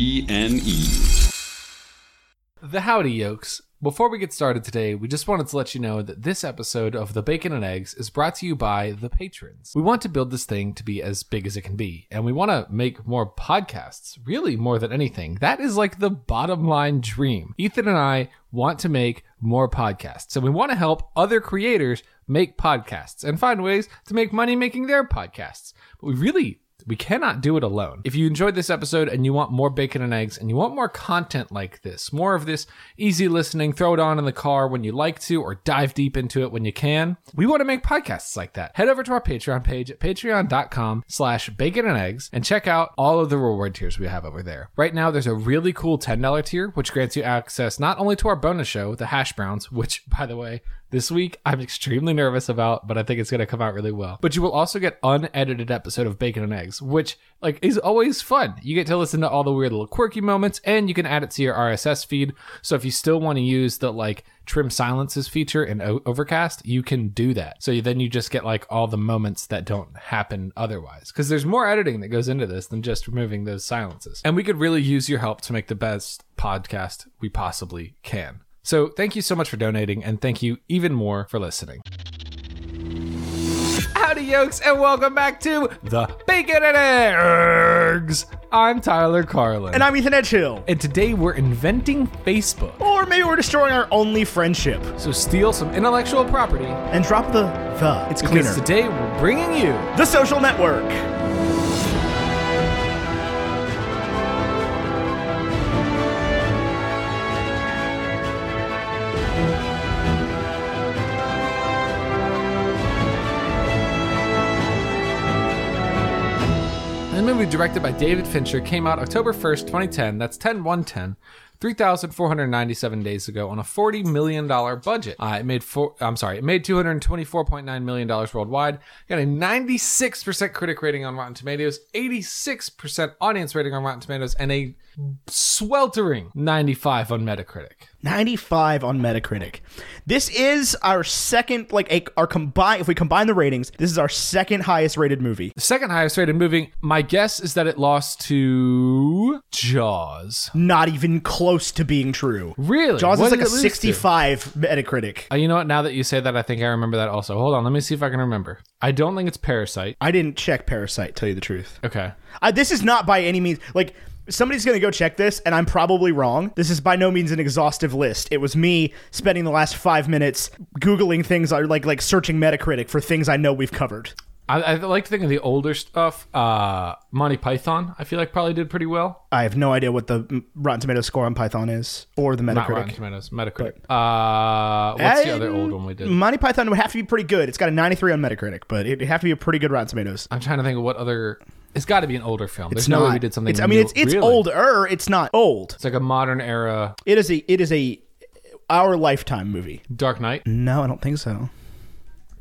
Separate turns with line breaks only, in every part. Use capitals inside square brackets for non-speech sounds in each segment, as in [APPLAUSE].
WBNE.
The Howdy Yolks. Before we get started today, we just wanted to let you know that this episode of The Bacon and Eggs is brought to you by the patrons. We want to build this thing to be as big as it can be, and we want to make more podcasts, really more than anything. That is like the bottom line dream. Ethan and I want to make more podcasts, and we want to help other creators make podcasts and find ways to make money making their podcasts. But we really we cannot do it alone. If you enjoyed this episode and you want more bacon and eggs and you want more content like this, more of this easy listening, throw it on in the car when you like to or dive deep into it when you can, we want to make podcasts like that. Head over to our Patreon page at patreon.com slash bacon and eggs and check out all of the reward tiers we have over there. Right now, there's a really cool $10 tier, which grants you access not only to our bonus show, The Hash Browns, which, [LAUGHS] by the way, this week I'm extremely nervous about, but I think it's going to come out really well. But you will also get unedited episode of Bacon and Eggs, which like is always fun. You get to listen to all the weird little quirky moments and you can add it to your RSS feed. So if you still want to use the like trim silences feature in o- Overcast, you can do that. So then you just get like all the moments that don't happen otherwise because there's more editing that goes into this than just removing those silences. And we could really use your help to make the best podcast we possibly can. So thank you so much for donating, and thank you even more for listening. Howdy, yokes, and welcome back to the Bacon and Eggs. I'm Tyler Carlin,
And I'm Ethan Edgehill.
and today we're inventing Facebook.
Or maybe we're destroying our only friendship.
So steal some intellectual property.
And drop the the. It's cleaner.
Because today we're bringing you
the social network.
The movie directed by David Fincher came out October 1st, 2010. That's 10 110. 3,497 days ago on a $40 million budget. Uh, it made four, I'm sorry, it made $224.9 million worldwide. Got a 96% critic rating on Rotten Tomatoes, 86% audience rating on Rotten Tomatoes, and a sweltering 95 on Metacritic.
95 on Metacritic. This is our second, like, a, our combine. If we combine the ratings, this is our second highest rated movie.
The second highest rated movie, my guess is that it lost to Jaws.
Not even close to being true.
Really?
Jaws
What
is like
did it
a
lose to?
65 Metacritic.
Uh, you know what? Now that you say that, I think I remember that also. Hold on, let me see if I can remember. I don't think it's Parasite.
I didn't check Parasite, tell you the truth.
Okay.
I, this is not by any means like somebody's gonna go check this and i'm probably wrong this is by no means an exhaustive list it was me spending the last five minutes googling things or like like searching metacritic for things i know we've covered
I, I like to think of the older stuff. Uh, Monty Python, I feel like probably did pretty well.
i have no idea what the mm, rotten tomato score on python is or the
Not Rotten
metacritic
Tomatoes, Metacritic. Uh, what's the other old one we did?
monty python would have to be pretty good it's got a 93 on metacritic but it'd have to be a pretty good rotten tomatoes
I'm trying to think of what other. It's got to be an older film. There's
it's
no
not
way we did something.
it's i mean
new-
it's it's
really.
older it's not old
It's like a modern era
it is a it is a our lifetime movie
Dark Knight.
No, I don't think so.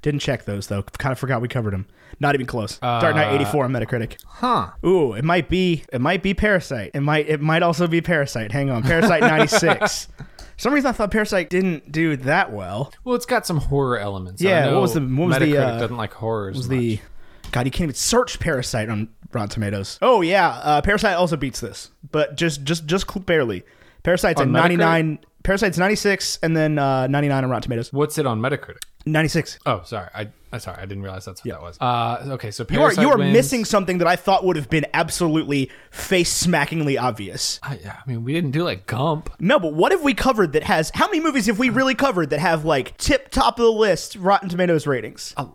Didn't check those though. Kind of forgot we covered them. Not even close. Dark
Uh,
Knight 84 on Metacritic.
Huh.
Ooh, it might be it might be Parasite. It might it might also be Parasite. Hang
[LAUGHS]
on. Parasite 96. For some reason I thought Parasite didn't do that well.
Well, it's got some horror elements.
Yeah,
I
what
know
was the- what was the,
Metacritic
uh,
doesn't like horrors.
It was the God, you can't even search Parasite on Rotten Tomatoes. Oh yeah, uh, Parasite also beats this, but just just just cl- barely. Parasite's at
On Metacritic?
99. Parasite's 96 and then uh, 99 on Rotten Tomatoes.
What's it on Metacritic?
96.
Oh, sorry. I I'm sorry. I didn't realize that's what that was. Uh, okay. So
You are,
Parasite
you are
wins.
missing something that I thought would have been absolutely face smackingly obvious.
I, I mean, we didn't do like Gump.
No, but what have we covered that has. How many movies have we really covered that have, like, tip top of the list Rotten Tomatoes ratings?
Uh,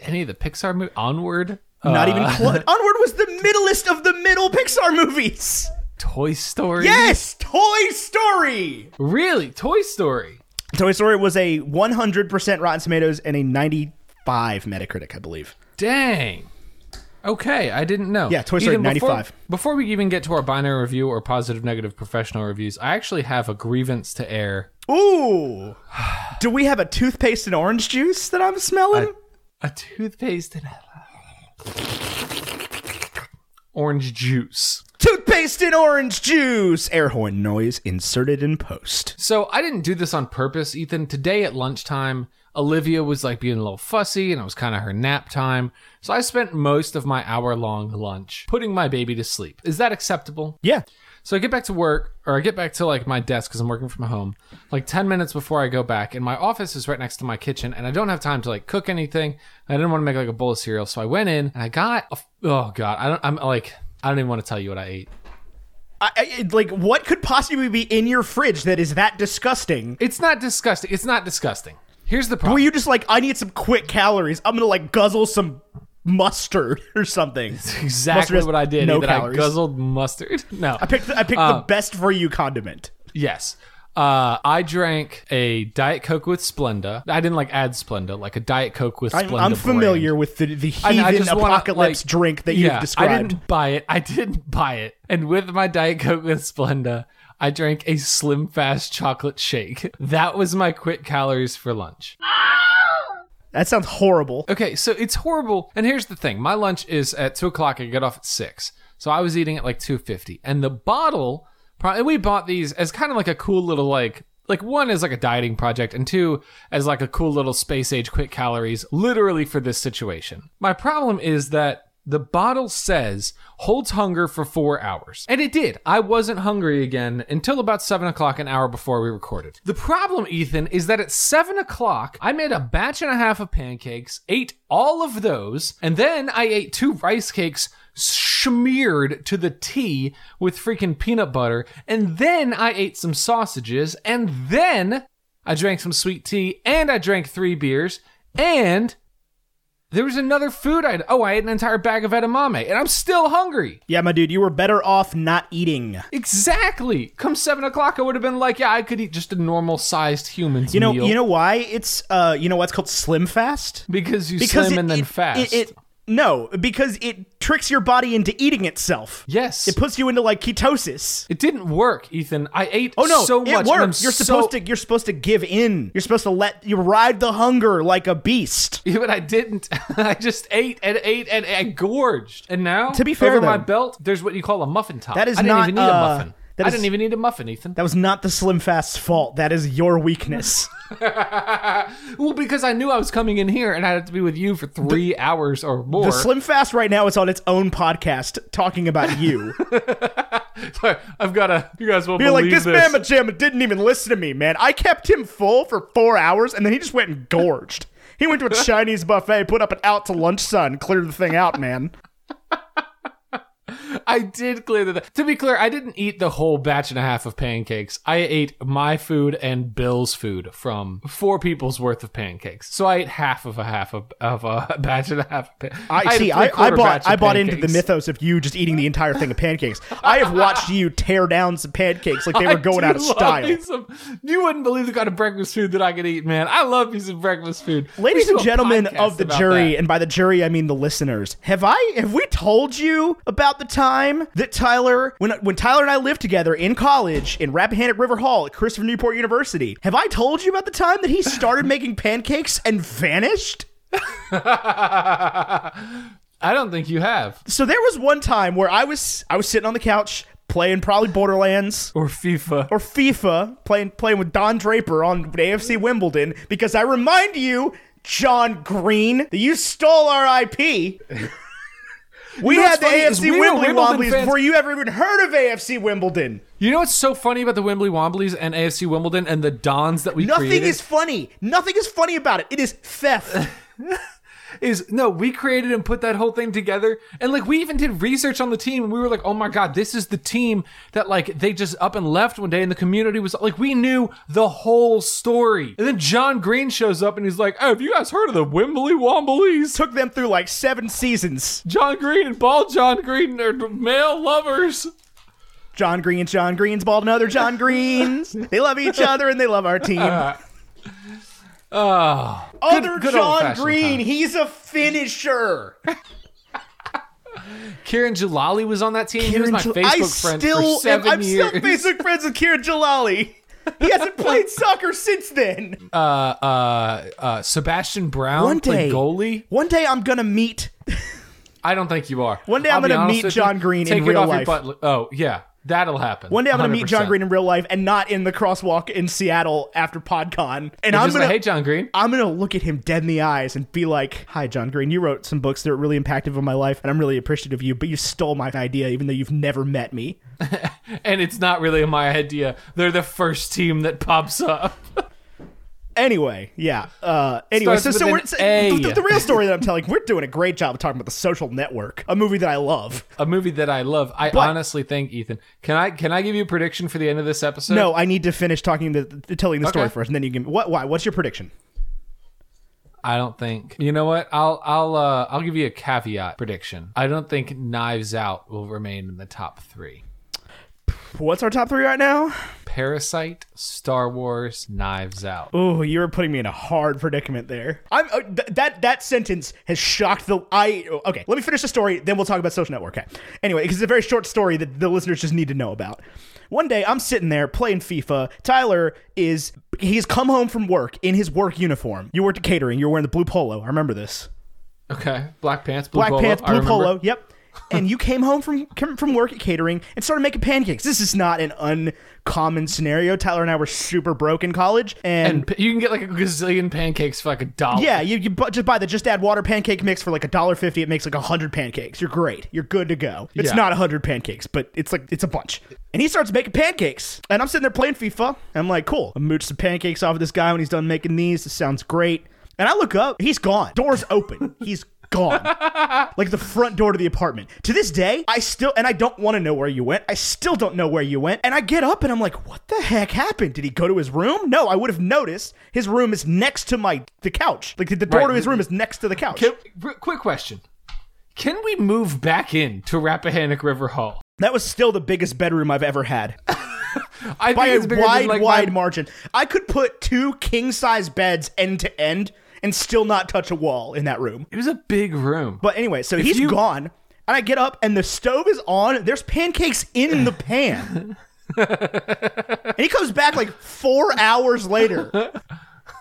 any of the Pixar movies? Onward.
Not
Uh, [LAUGHS]
even close. Onward was the middlest of the middle Pixar movies.
Toy Story.
Yes, Toy Story.
Really, Toy Story.
Toy Story was a 100% Rotten Tomatoes and a 95 Metacritic, I believe.
Dang. Okay, I didn't know.
Yeah, Toy Story
Ethan, before-
95.
Before we even get to our binary review or positive, negative, professional reviews, I actually have a grievance to air.
Ooh. [SIGHS] Do we have a toothpaste and orange juice that I'm smelling?
A toothpaste and orange juice.
toothpaste and orange juice. Air horn noise inserted in post.
So I didn't do this on purpose, Ethan. Today at lunchtime, Olivia was like being a little fussy and it was kind of her nap time. So I spent most of my hour long lunch putting my baby to sleep. Is that acceptable?
Yeah.
So I get back to work, or I get back to like my desk because I'm working from home, like 10 minutes before I go back. And my office is right next to my kitchen, and I don't have time to like cook anything. I didn't want to make like a bowl of cereal. So I went in and I got, a, oh God, I don't, I'm like, I don't even want to tell you what I ate.
I, I, like, what could possibly be in your fridge that is that disgusting?
It's not disgusting. It's not disgusting. Here's the
Were
problem.
you just like, I need some quick calories. I'm gonna like guzzle some mustard [LAUGHS]
[LAUGHS]
or something. Mustard
exactly
has
what I did.
No
that I
calories.
guzzled mustard. [LAUGHS] No.
I picked. The, I picked the
Uh,
best for you condiment.
Yes. Uh, I drank a Diet Coke with Splenda. I didn't like add Splenda, like a Diet Coke with
I'm,
Splenda.
I'm familiar
brand.
with the, the
And I
heathen
just wanna,
apocalypse
like-
drink that
yeah,
you've described.
I didn't buy it. I didn't [LAUGHS] buy it. And with my Diet Coke with Splenda, I drank a Slim Fast chocolate shake. [LAUGHS] That was my quick calories for lunch.
That sounds horrible.
Okay, so it's horrible. And here's the thing: my lunch is at two o'clock. I get off at six, so I was eating at like two fifty. And the bottle, pro- and we bought these as kind of like a cool little like like one is like a dieting project, and two as like a cool little space age quick calories, literally for this situation. My problem is that. The bottle says holds hunger for four hours. And it did. I wasn't hungry again until about seven o'clock, an hour before we recorded. The problem, Ethan, is that at seven o'clock, I made a batch and a half of pancakes, ate all of those, and then I ate two rice cakes smeared to the T with freaking peanut butter, and then I ate some sausages, and then I drank some sweet tea, and I drank three beers, and there was another food I oh I ate an entire bag of edamame, and I'm still hungry.
Yeah, my dude, you were better off not eating.
Exactly. Come seven o'clock, I would have been like, yeah, I could eat just a normal sized human's
You know,
meal.
you know why it's uh, you know what's called slim fast?
because you
Because
slim
it-
and then
it-
fast.
It, it, no, because it tricks your body into eating itself.
yes.
It puts you into like ketosis.
It didn't work, Ethan. I ate
Oh no,
so
it
much. and I'm
works. You're
so- [LAUGHS]
supposed to you're supposed to give in. You're supposed to let you ride the hunger like a beast.
Yeah, but I didn't. [LAUGHS] I just ate and ate and I gorged. And now, to
be fair,
over my
though-
belt, there's what you call a muffin top.
That is
I didn't
not,
even need a
uh,
muffin.
that
I
is-
didn't even need a muffin, Ethan.
That was not the slim fast's fault. That is
[LAUGHS]
your weakness.
well, because I knew I was coming in here and I had to be with you for three hours or more.
The Slim Fast right now is on its own podcast talking about you.
[LAUGHS] I've got to. You guys won't
You're
believe
like, this Bama Jamma didn't even listen to me, man. I kept him full for four hours and then he just went and gorged. He went to
[LAUGHS]
a Chinese buffet, put up an out to lunch sign, cleared the thing out, man.
I did clear the. To be clear, I didn't eat the whole batch and a half of pancakes. I ate my food and Bill's food from four people's worth of pancakes. So I ate half of a half of, of a [LAUGHS] batch and a half. Of pan-
I,
ate a
see. I, I
three-quarter batch of
bought. I bought into the
pancakes.
mythos of you just eating the entire thing of pancakes. I have watched you tear down some pancakes like
[LAUGHS]
they
I
were going
do
out of
love
style.
me some- you wouldn't believe the kind of breakfast food that I could eat, man. I love me some breakfast food. We
Ladies
should
and
do a
gentlemen
podcast
of the
about
jury,
that.
and by the jury I mean the listeners, have I have we told you about the time that Tyler when when Tyler and I lived together in college in Rappahannock River Hall at Christopher Newport University? Have I told you about the time that he started making pancakes and vanished?
[LAUGHS] I don't think you have
[LAUGHS] So there was one time where I was I was sitting on the couch playing probably Borderlands
or FIFA.
or FIFA playing playing with Don Draper on AFC Wimbledon because I remind you, John Green, that you stole our IP.
[LAUGHS]
We
know what's
had the
funny is
AFC
we were
Wimbledon
Wimbledon
Wobblies
fans-
before you ever even heard of AFC Wimbledon.
You know what's so funny about the Wembley Womblies and AFC Wimbledon and the Dons that we
Nothing
created?
is funny. Nothing is funny about it. It
[LAUGHS]
is theft.
is no, we created and put that whole thing together. And like we even did research on the team and we were like, oh my god, this is the team that like they just up and left one day and the community was like we knew the whole story. And then John Green shows up and he's like, Oh, have you guys heard of the Wembley Wombleys?
Took them through like seven seasons.
John Green and Ball John Green are male lovers.
John Green, John Green's bald another John Green's.
[LAUGHS]
They love each other and they love our team.
Oh
other
good
John
old-fashioned
Green,
time.
he's a finisher.
Kieran Jalali was on that team. he was my
Jal-
Facebook
I
friend
still
for seven
am, I'm
years.
still Facebook friends with Kieran Jalali. He
[LAUGHS]
hasn't played soccer since then.
uh, uh, uh, Sebastian Brown
One
played
day-
goalie.
One day I'm gonna meet.
I don't think you are.
One day I'm
I'll be
gonna
honest
meet
with you.
John Green in
Take it
real
off your
life.
butt- Oh yeah, That'll happen.
One day I'm going to meet John
100%.
Green in real life and not in the crosswalk in Seattle after PodCon. And I'm
Just
going
like, hey,
to
John Green.
I'm going to look at him dead in the eyes and be like, "Hi John Green, you wrote some books that were really impactful on my life and I'm really appreciative of you, but you stole my idea even though you've never met me."
And it's not really my idea. They're the first team that pops up. [LAUGHS]
Anyway, yeah. Uh, anyway,
Starts
so,
with
so we're,
an
so-
A.
the, the real story that I'm telling, we're doing a great job of talking about The Social Network, a movie that I love.
A movie that I love. I honestly think, Ethan, can I can I give you a prediction for the end of this episode?
No, I need to finish talking the, the telling the story
Okay.
first, and then you can. What? Why? What's your prediction?
I don't think. You know what? I'll I'll uh, I'll give you a caveat prediction. I don't think Knives Out will remain in the top three.
What's our top three right now?
Parasite, Star Wars, Knives Out.
Oh, you were putting me in a hard predicament there. I'm uh, th- that that sentence has shocked the I. Okay, let me finish the story, then we'll talk about social network. Okay. Anyway, because it's a very short story that the listeners just need to know about. One day, I'm sitting there playing FIFA. Tyler is he's come home from work in his work uniform. You worked at catering. You're wearing the blue polo. I remember this.
Okay, Black Pants, Blue
black
Polo.
pants,
I
blue
remember.
polo. Yep.
[LAUGHS]
and you came home from come from work at catering and started making pancakes. This is not an uncommon scenario. Tyler and I were super broke in college, and,
And p- you can get like a gazillion pancakes for like a dollar.
yeah, you, you bu- just buy the just add water pancake mix for like a dollar fifty. It makes like a hundred pancakes. You're great. You're good to go. It's
Yeah.
not a hundred pancakes, but it's like it's a bunch. And he starts making pancakes, and I'm sitting there playing FIFA. And I'm like, cool. I mooch some pancakes off of this guy when he's done making these. This sounds great. And I look up. He's gone. Doors open. He's gone. like the front door to the apartment. To this day, I still and I don't want to know where you went. I still don't know where you went. And I get up and I'm like, what the heck happened? Did he go to his room? No, I would have noticed. His room is next to my the couch. Like the, the door
Right.
to his room is next to the couch.
Can, r- quick question: Can we move back in to Rappahannock River Hall?
that was still the biggest bedroom I've
[LAUGHS]
ever had
I
by a
it's bigger than,
wide,
like, my-
wide margin. I could put two king size beds end to end and still not touch a wall in that room.
It was a big room.
But anyway, so he's
you-
gone. And I get up and the stove is on. There's pancakes in the pan. and he comes back like four hours later.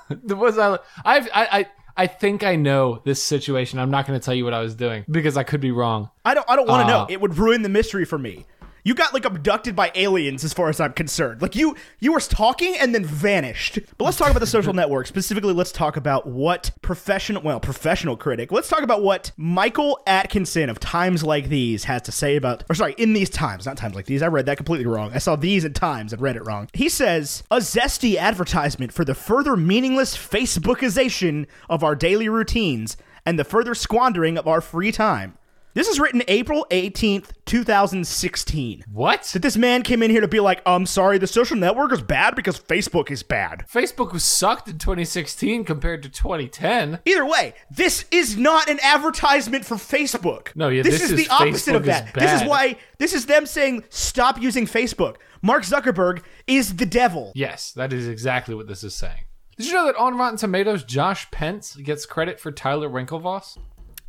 The- was I? I've, I I I think I know this situation. I'm not going to tell you what I was doing because I could be wrong.
I don't I don't want to
Uh.
know. It would ruin the mystery for me. You got like abducted by aliens as far as I'm concerned. Like you you were talking and then vanished. But let's talk about the social [LAUGHS] network. Specifically, let's talk about what professional well, professional critic. Let's talk about what Michael Atkinson of Times Like These has to say about or sorry, in these times, not times like these. I read that completely wrong. I saw these at times and read it wrong. He says, "A zesty advertisement for the further meaningless Facebookization of our daily routines and the further squandering of our free time." This is written April 18th, 2016.
What?
That this man came in here to be like, I'm sorry, the social network is bad because Facebook is bad.
Facebook was sucked in 2016 compared to 2010.
Either way, this is not an advertisement for Facebook.
No, yeah,
this,
this
is,
is
the opposite
Facebook
of
is
that. This
bad.
is why this is them saying stop using Facebook. Mark Zuckerberg is the devil.
Yes, that is exactly what this is saying. Did you know that on Rotten Tomatoes, Josh Pence gets credit for Tyler Winklevoss?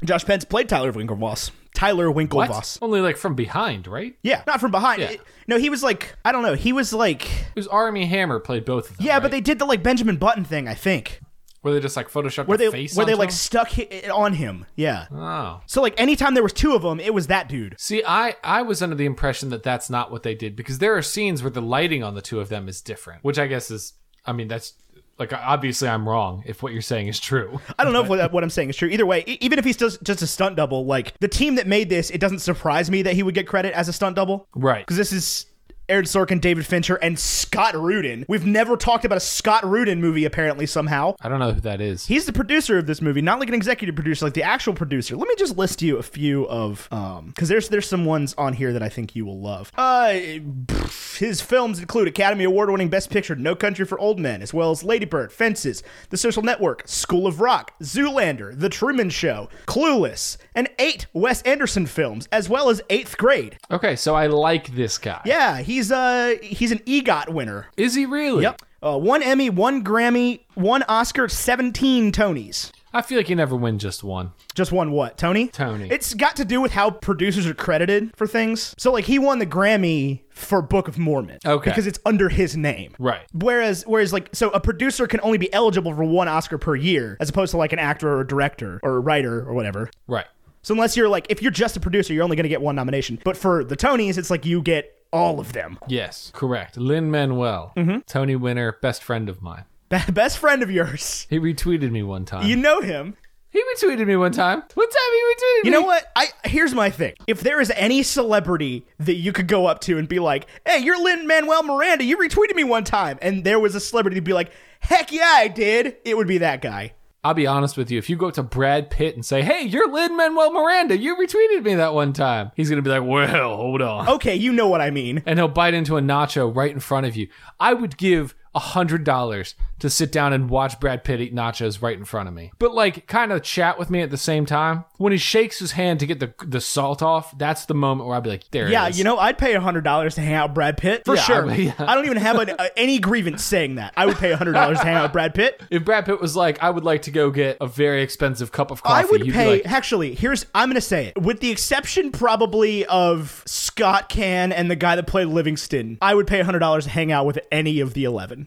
Josh Pence played Tyler Winklevoss. Tyler
What?
Winklevoss.
Only like from behind, right?
Yeah, not from behind.
Yeah.
It- no, he was like, I don't know, he was like,
It was Army Hammer played both of them.
yeah, but
right?
they did the like Benjamin Button thing, I think.
were they just like photoshopped
where they
the face
where they
onto
like
him?
stuck hi- it on him. Yeah.
Oh.
So like anytime there was two of them, it was that dude.
See, I, I was under the impression that that's not what they did because there are scenes where the lighting on the two of them is different, which I guess is, I mean, that's like obviously I'm wrong if what you're saying is true. [LAUGHS]
I don't know if what, what I'm saying is true. Either way, e- even if he's just just a stunt double, like the team that made this, it doesn't surprise me that he would get credit as a stunt double.
Right.
Because this is Aaron Sorkin, David Fincher, and Scott Rudin. We've never talked about a Scott Rudin movie apparently somehow.
I don't know who that is.
He's the producer of this movie, not like an executive producer, like the actual producer. Let me just list you a few of um because there's there's some ones on here that I think you will love. Uh pff, his films include Academy Award winning Best Picture, No Country for Old Men, as well as Lady Bird, Fences, The Social Network, School of Rock, Zoolander, The Truman Show, Clueless, and eight Wes Anderson films, as well as Eighth Grade.
Okay, so I like this guy.
Yeah, he's uh he's an EGOT winner.
Is he really?
Yep. Uh, one Emmy, one Grammy, one Oscar, 17 Tonys.
I feel like you never win just one.
Just won what? Tony?
Tony.
It's got to do with how producers are credited for things. So, like, he won the Grammy for Book of Mormon.
Okay.
Because it's under his name.
Right.
Whereas, whereas, like, so a producer can only be eligible for one Oscar per year, as opposed to, like, an actor or a director or a writer or whatever.
Right.
So, unless you're, like, if you're just a producer, you're only going to get one nomination. But for the Tonys, it's like you get all of them.
Yes, correct. Lynn Manuel,
Mm-hmm.
Tony Winner, best friend of mine.
Be- Best friend of yours.
He retweeted me one time.
You know him.
he retweeted me one time. One time he retweeted me.
You know what? I here's my thing. If there is any celebrity that you could go up to and be like, "Hey, you're Lin Manuel Miranda. You retweeted me one time," and there was a celebrity to be like, "Heck yeah, I did." It would be that guy.
I'll be honest with you. If you go up to Brad Pitt and say, "Hey, you're Lin Manuel Miranda. You retweeted me that one time," he's gonna be like, "Well, hold on,"
Okay, you know what I mean.
and he'll bite into a nacho right in front of you. I would give a hundred dollars to sit down and watch Brad Pitt eat nachos right in front of me, but like kind of chat with me at the same time. When he shakes his hand to get the the salt off, that's the moment where I'd be like, "There."
Yeah,
it is.
you know, I'd pay hundred dollars to hang out with Brad Pitt for
Yeah, I
sure. I,
would- [LAUGHS] yeah.
don't even have an, uh, any grievance saying that. I would pay hundred dollars to hang out with
[LAUGHS]
Brad Pitt.
If Brad Pitt was like, I would like to go get a very expensive cup of coffee,
I would
you'd
pay.
be like,
actually, here's I'm gonna say it. With the exception probably of Scott Can and the guy that played Livingston, I would pay hundred dollars to hang out with any of the eleven.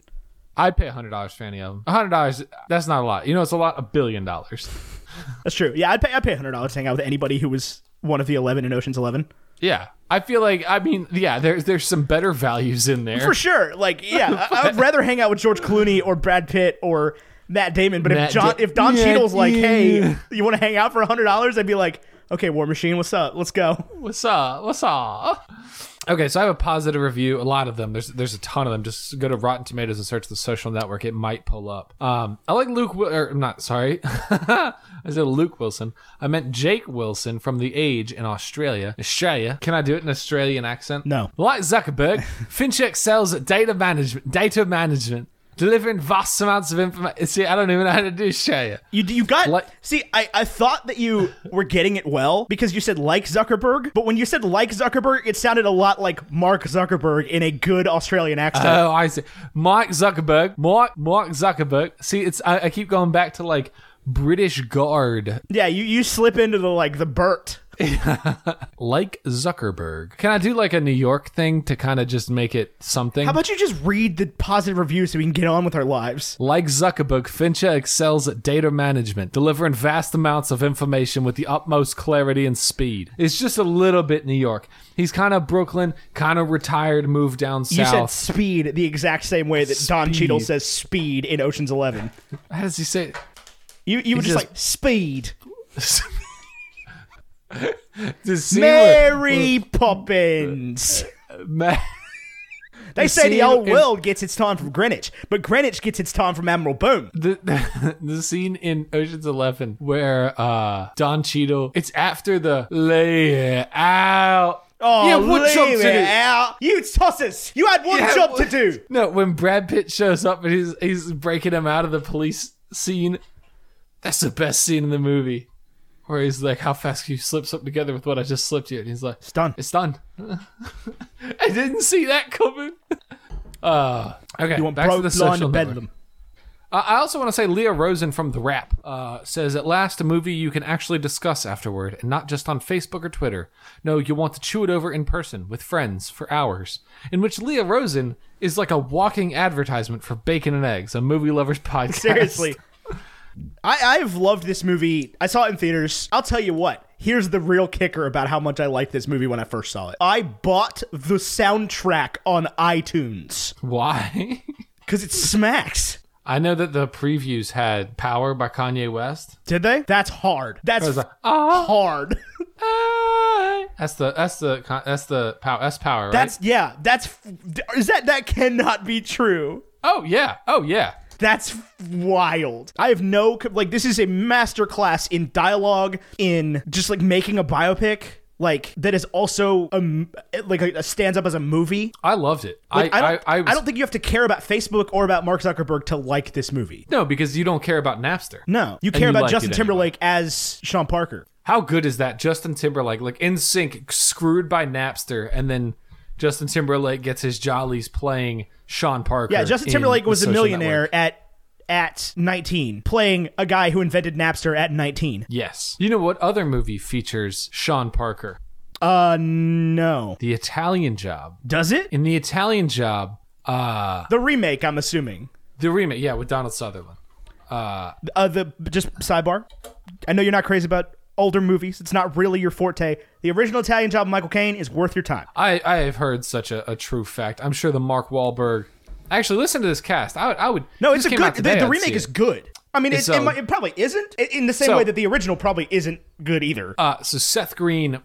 I'd pay $100 for any of them. $100, that's not a lot. You know, it's a lot, a billion dollars.
That's true. Yeah, I'd pay. I'd pay hundred dollars to hang out with anybody who was one of the eleven in Ocean's Eleven
Yeah. I feel like, I mean, yeah, there's there's some better values in there.
for sure. Like, yeah, I,
[LAUGHS]
I would rather hang out with George Clooney or Brad Pitt or. Matt Damon, but
Matt
if John,
Da-
if Don
Matt
Cheadle's like, "Hey,
Damon.
you want to hang out for hundred dollars?" I'd be like, "Okay, War Machine, what's up? Let's go."
What's up? What's up? Okay, so I have a positive review. A lot of them. There's there's a ton of them. Just go to Rotten Tomatoes and search the social network. It might pull up. Um, I like Luke. Wi- Or, I'm not sorry. [LAUGHS] I said Luke Wilson. I meant Jake Wilson from The Age in Australia. Australia. Can I do it in Australian accent?
No.
Like Zuckerberg, Finch excels at data management. Data management. Delivering vast amounts of information. See, I don't even know how to do Australia.
You you got
Like-
see I, I thought that you were getting it well because you said like Zuckerberg, but when you said like Zuckerberg, it sounded a lot like Mark Zuckerberg in a good Australian accent.
Oh, I see. Mike Zuckerberg. Mike Mike Zuckerberg. See, it's I, I keep going back to like British guard,
yeah, you, you slip into the like the Bert.
like Zuckerberg. Can I do like a New York thing to kind of just make it something?
How about you just read the positive review so we can get on with our lives?
like Zuckerberg, Fincher excels at data management, delivering vast amounts of information with the utmost clarity and speed. It's just a little bit New York. He's kind of Brooklyn, kind of retired, moved down
You said
south.
speed the exact same way that Don
Speed.
Cheadle says speed in Ocean's Eleven.
How does he say? it?
You you were
He
just
says-
like speed.
[LAUGHS] The scene where-
Mary Poppins.
Ma-
They say the
scene
old
Uh, in-
world gets its time from Greenwich, but Greenwich gets its time from Admiral Boom.
the, the [LAUGHS] scene in Ocean's Eleven where uh Don Cheadle it's after the lay it out.
Oh,
yeah, what
leave
job to
it
do?
out. You tosses. You had one
Yeah,
job to
what-
do.
No, when Brad Pitt shows up and he's he's breaking him out of the police scene, that's the best scene in the movie. Where he's like, "How fast can you slip something together with what I just slipped you?" And he's like,
It's done.
"It's done." [LAUGHS] I didn't see that coming. [LAUGHS] Uh, okay,
You want
back to
broke
the
blind
social network.
to bedlam.
Uh, I also want to say Leah Rosen from The Wrap uh, says, At last, a movie you can actually discuss afterward, and not just on Facebook or Twitter. No, you want to chew it over in person with friends for hours. In which Leah Rosen is like a walking advertisement for Bacon and Eggs, a movie lover's [LAUGHS] podcast.
Seriously. I, I've loved this movie. I saw it in theaters. I'll tell you what. Here's the real kicker about how much I liked this movie when I first saw it. I bought the soundtrack on iTunes
Why? [LAUGHS]
because it smacks.
I know that the previews had Power by Kanye West.
Did they? That's hard. That's
It's like, ah,
hard. [LAUGHS]
ah. That's the that's the that's the power that's power right?
That's yeah. That's f- is that that cannot be true.
oh yeah oh yeah
That's wild. I have no co- like this is a masterclass in dialogue in just like making a biopic like that is also um like a, stands up as a movie.
I loved it
Like,
I,
don't,
I, I, was-
don't think you have to care about Facebook or about Mark Zuckerberg to like this movie.
no because you don't care about Napster
No, you care
you
about
liked
Justin
it anyway.
Timberlake as Sean Parker.
How good is that? Justin Timberlake, like in sync, screwed by Napster, and then Justin Timberlake gets his jollies playing Sean Parker.
Yeah, Justin
in
Timberlake
The
was a
Social
millionaire
Network.
at at 19 playing a guy who invented Napster at 19.
Yes. You know what other movie features Sean Parker?
Uh no.
The Italian Job.
Does it?
In The Italian Job, uh,
The remake, I'm assuming.
the remake, yeah, with Donald Sutherland.
Uh, the just sidebar. I know you're not crazy about older movies. It's not really your forte. The original Italian Job, Michael Caine, is worth your time.
I, I have heard such a, a true fact. I'm sure the Mark Wahlberg. Actually, listen to this cast. I would. I would
No,
this
it's a
came
good.
out today,
the, the
I'd see
remake
it.
is good. I mean, it,
It's, um,
it, might- it probably isn't i- in the same
so-
way that the original probably isn't good either.
Uh, so Seth Green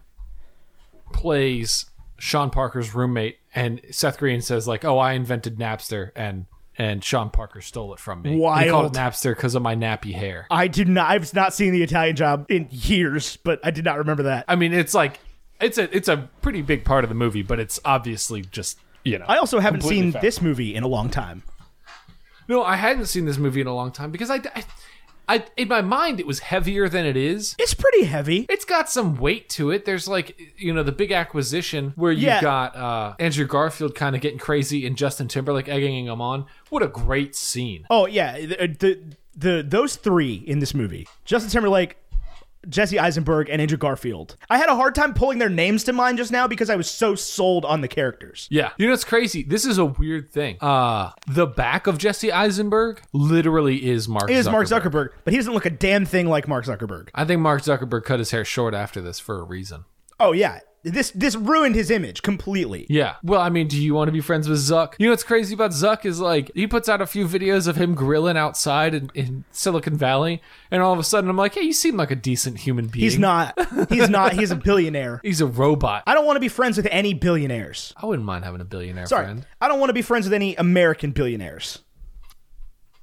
plays Sean Parker's roommate, and Seth Green says like, "Oh, I invented Napster, and and Sean Parker stole it from me. He called it
Wild.
Napster because of my nappy hair."
I do not. I've not seen the Italian Job in years, but I did not remember that.
I mean, it's like it's a it's a pretty big part of the movie, but it's obviously just you know.
I also haven't
completely
seen
fact.
this movie in a long time.
no, I hadn't seen this movie in a long time because I, I, I in my mind it was heavier than it is.
It's pretty heavy.
It's got some weight to it. There's like you know the big acquisition where you
Yeah.
got uh, Andrew Garfield kind of getting crazy and Justin Timberlake egging him on. What a great scene!
Oh yeah, the, the the those three in this movie: Justin Timberlake, Jesse Eisenberg, and Andrew Garfield. I had a hard time pulling their names to mind just now because I was so sold on the characters.
Yeah, you know it's crazy. This is a weird thing. Uh, the back of Jesse Eisenberg literally is Mark.
It is Mark Zuckerberg, but he doesn't look a damn thing like Mark Zuckerberg.
I think Mark Zuckerberg cut his hair short after this for a reason.
Oh yeah, this this ruined his image completely.
Yeah. Well, I mean, do you want to be friends with Zuck? You know what's crazy about Zuck is like he puts out a few videos of him grilling outside in, in Silicon Valley, and all of a sudden I'm like, hey, you seem like a decent human being.
He's not. He's not. He's a billionaire.
He's a robot.
I don't want to be friends with any billionaires.
I wouldn't mind having a billionaire
Sorry,
friend.
I don't want to be friends with any American billionaires.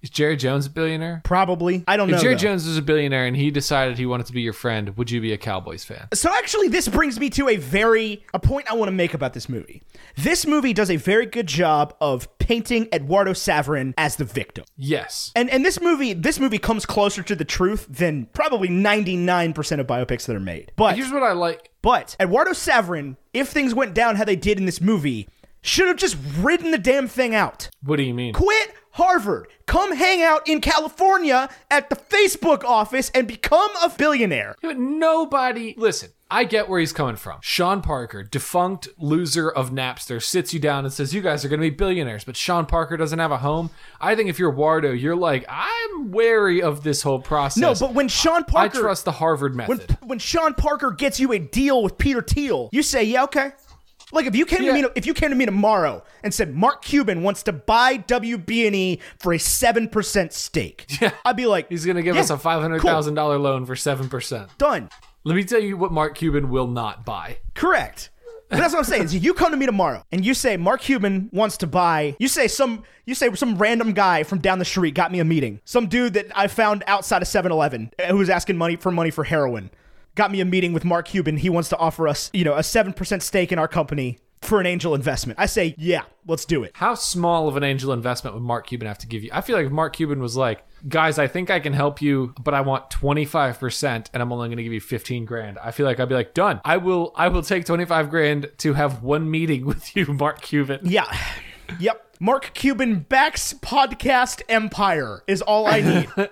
Is Jerry Jones a billionaire?
Probably. I don't know.
if Jerry
though.
Jones was a billionaire and he decided he wanted to be your friend, would you be a Cowboys fan?
So actually, this brings me to a very a point I want to make about this movie. This movie does a very good job of painting Eduardo Saverin as the victim,
Yes.
and and this movie this movie comes closer to the truth than probably ninety nine percent of biopics that are made. But
Here's what I like.
but Eduardo Saverin, if things went down how they did in this movie, should have just ridden the damn thing out.
What do you mean?
Quit Harvard, come hang out in California at the Facebook office, and become a billionaire.
But nobody, listen, I get where he's coming from. Sean Parker, defunct loser of Napster, sits you down and says, You guys are going to be billionaires, but Sean Parker doesn't have a home. I think if you're Wardo, you're like, I'm wary of this whole process.
No, but when Sean
I
Parker
trust the Harvard method.
when, when Sean Parker gets you a deal with Peter Thiel, you say, "Yeah, okay." Like if you came
Yeah.
to me if you came to me tomorrow and said Mark Cuban wants to buy WB&E E for a seven percent stake, I'd be like,
he's going to give
"Yeah,
us a $500,000 loan for 7%.
cool, done."
Let me tell you what Mark Cuban will not buy.
Correct. But that's what I'm saying. is you come to me tomorrow and you say Mark Cuban wants to buy. You say some. You say some random guy from down the street got me a meeting. Some dude that I found outside of 7-Eleven uh, who was asking money for money for heroin got me a meeting with Mark Cuban. He wants to offer us, you know, a seven percent stake in our company for an angel investment. I say, yeah, let's do it.
How small of an angel investment would Mark Cuban have to give you? I feel like if Mark Cuban was like, guys, I think I can help you, but I want 25% and I'm only going to give you 15 grand. I feel like I'd be like, done. I will, I will take 25 grand to have one meeting [LAUGHS] with you, Mark Cuban.
Yeah. [SIGHS] Yep. Mark Cuban backs podcast empire is all I need.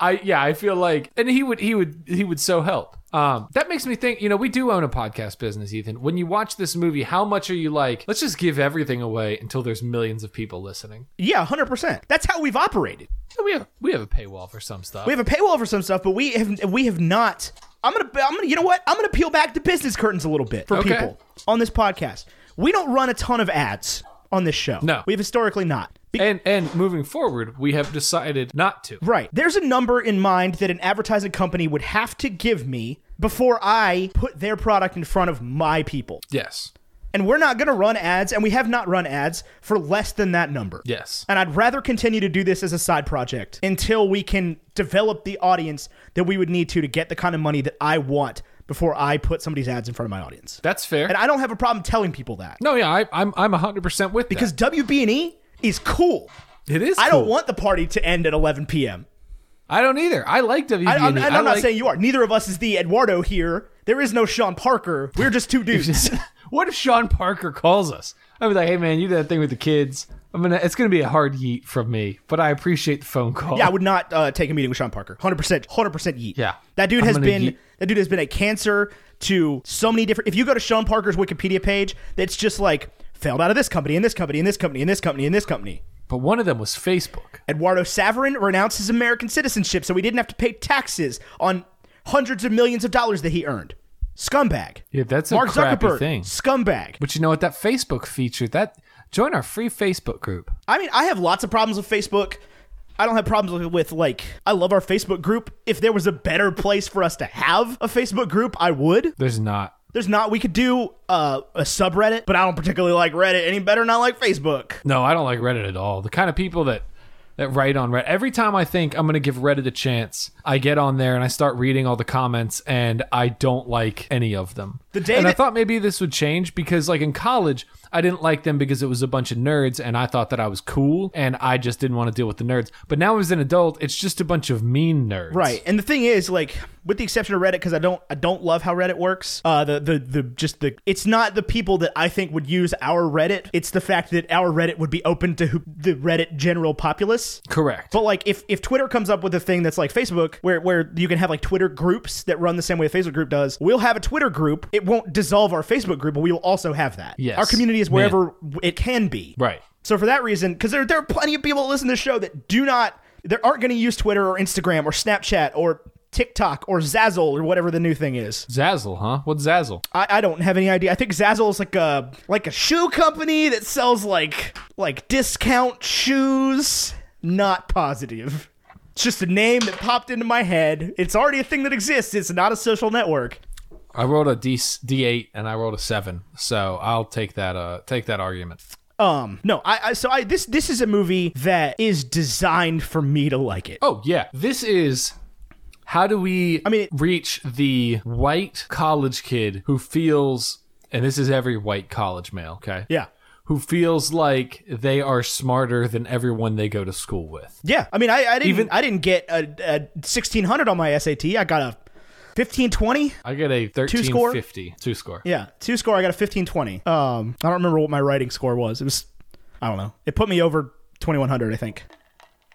I, yeah, I feel like, and he would, he would, he would so help. Um, that makes me think, you know, we do own a podcast business, Ethan. When you watch this movie, how much are you like, let's just give everything away until there's millions of people listening?
yeah, 100%. That's how we've operated.
And we have, we have a paywall for some stuff.
We have a paywall for some stuff, but we have we have not. I'm gonna I'm gonna you know what? I'm gonna peel back the business curtains a little bit for
Okay.
people on this podcast. We don't run a ton of ads on this show.
No.
we've historically not. Be-
and, and moving forward, we have decided not to.
right. There's a number in mind that an advertising company would have to give me before I put their product in front of my people.
Yes.
And we're not gonna run ads, and we have not run ads for less than that number.
Yes.
And I'd rather continue to do this as a side project until we can develop the audience that we would need to to get the kind of money that I want before I put somebody's ads in front of my audience.
That's fair.
And I don't have a problem telling people that
no, yeah, I, I'm I'm 100% with
because WB&E E is cool.
that. It is.
I don't
cool.
want the party to end at 11 p.m.
I don't either. E. I like WB.
I, am I'm not
like-
saying you are. Neither of us is the Eduardo here. There is no Sean Parker. We're
[LAUGHS]
just two dudes.
what if Sean Parker calls us? i would be like, hey man, you did that thing with the kids. I'm gonna. It's gonna be a hard yeet from me, but I appreciate the phone call.
Yeah, I would not uh, take a meeting with Sean Parker. Hundred percent, hundred percent. Yeet.
Yeah.
that dude
I'm
has
gonna
been
yeet.
that dude has been a cancer to so many different. If you go to Sean Parker's Wikipedia page, that's just like failed out of this company and this company and this company and this company and this company.
But one of them was Facebook.
Eduardo Saverin renounced his American citizenship, so he didn't have to pay taxes on hundreds of millions of dollars that he earned. Scumbag.
Yeah, that's a
Mark
crappy
Zuckerberg.
thing.
Scumbag.
But you know what? That Facebook feature, that join our free Facebook group.
I mean, I have lots of problems with Facebook. I don't have problems with, with like I love our Facebook group. If there was a better place for us to have a Facebook group, I would.
There's not.
There's not. We could do uh, a subreddit, but I don't particularly like Reddit any better. Not like Facebook.
No, I don't like Reddit at all. The kind of people that that write on Reddit. Every time I think I'm going to give Reddit a chance, I get on there and I start reading all the comments and I don't like any of them.
The day
and I
that-
thought maybe this would change because like in college, I didn't like them because it was a bunch of nerds and I thought that I was cool and I just didn't want to deal with the nerds. But now as an adult, it's just a bunch of mean nerds.
Right, and the thing is, like, with the exception of Reddit, because I don't, I don't love how Reddit works. Uh, the, the, the, just the, it's not the people that I think would use our Reddit. It's the fact that our Reddit would be open to who, the Reddit general populace.
Correct.
But like, if if Twitter comes up with a thing that's like Facebook, where where you can have like Twitter groups that run the same way a Facebook group does, we'll have a Twitter group. It won't dissolve our Facebook group, but we will also have that.
Yes.
our community is
Man.
wherever it can be.
right.
So for that reason, because there there are plenty of people that listen to the show that do not, that aren't going to use Twitter or Instagram or Snapchat or TikTok or Zazzle or whatever the new thing is.
Zazzle, huh? What's Zazzle?
I, I don't have any idea. I think Zazzle is like a like a shoe company that sells like like discount shoes. Not positive. It's just a name that popped into my head. It's already a thing that exists. It's not a social network.
I rolled a D D8 and I rolled a 7. So, I'll take that uh take that argument.
Um, no, I, I so I this this is a movie that is designed for me to like it.
Oh yeah, this is. How do we? I
mean, it-
reach the white college kid who feels, and this is every white college male, okay?
Yeah.
who feels like they are smarter than everyone they go to school with.
Yeah, I mean, I, I didn't
Even-
I didn't get a, a sixteen hundred on my SAT. I got a fifteen twenty.
I get a thirteen
score?
fifty two score.
Yeah, two score. I got a fifteen twenty. Um, I don't remember what my writing score was. It was, I don't know. It put me over twenty one hundred. I think.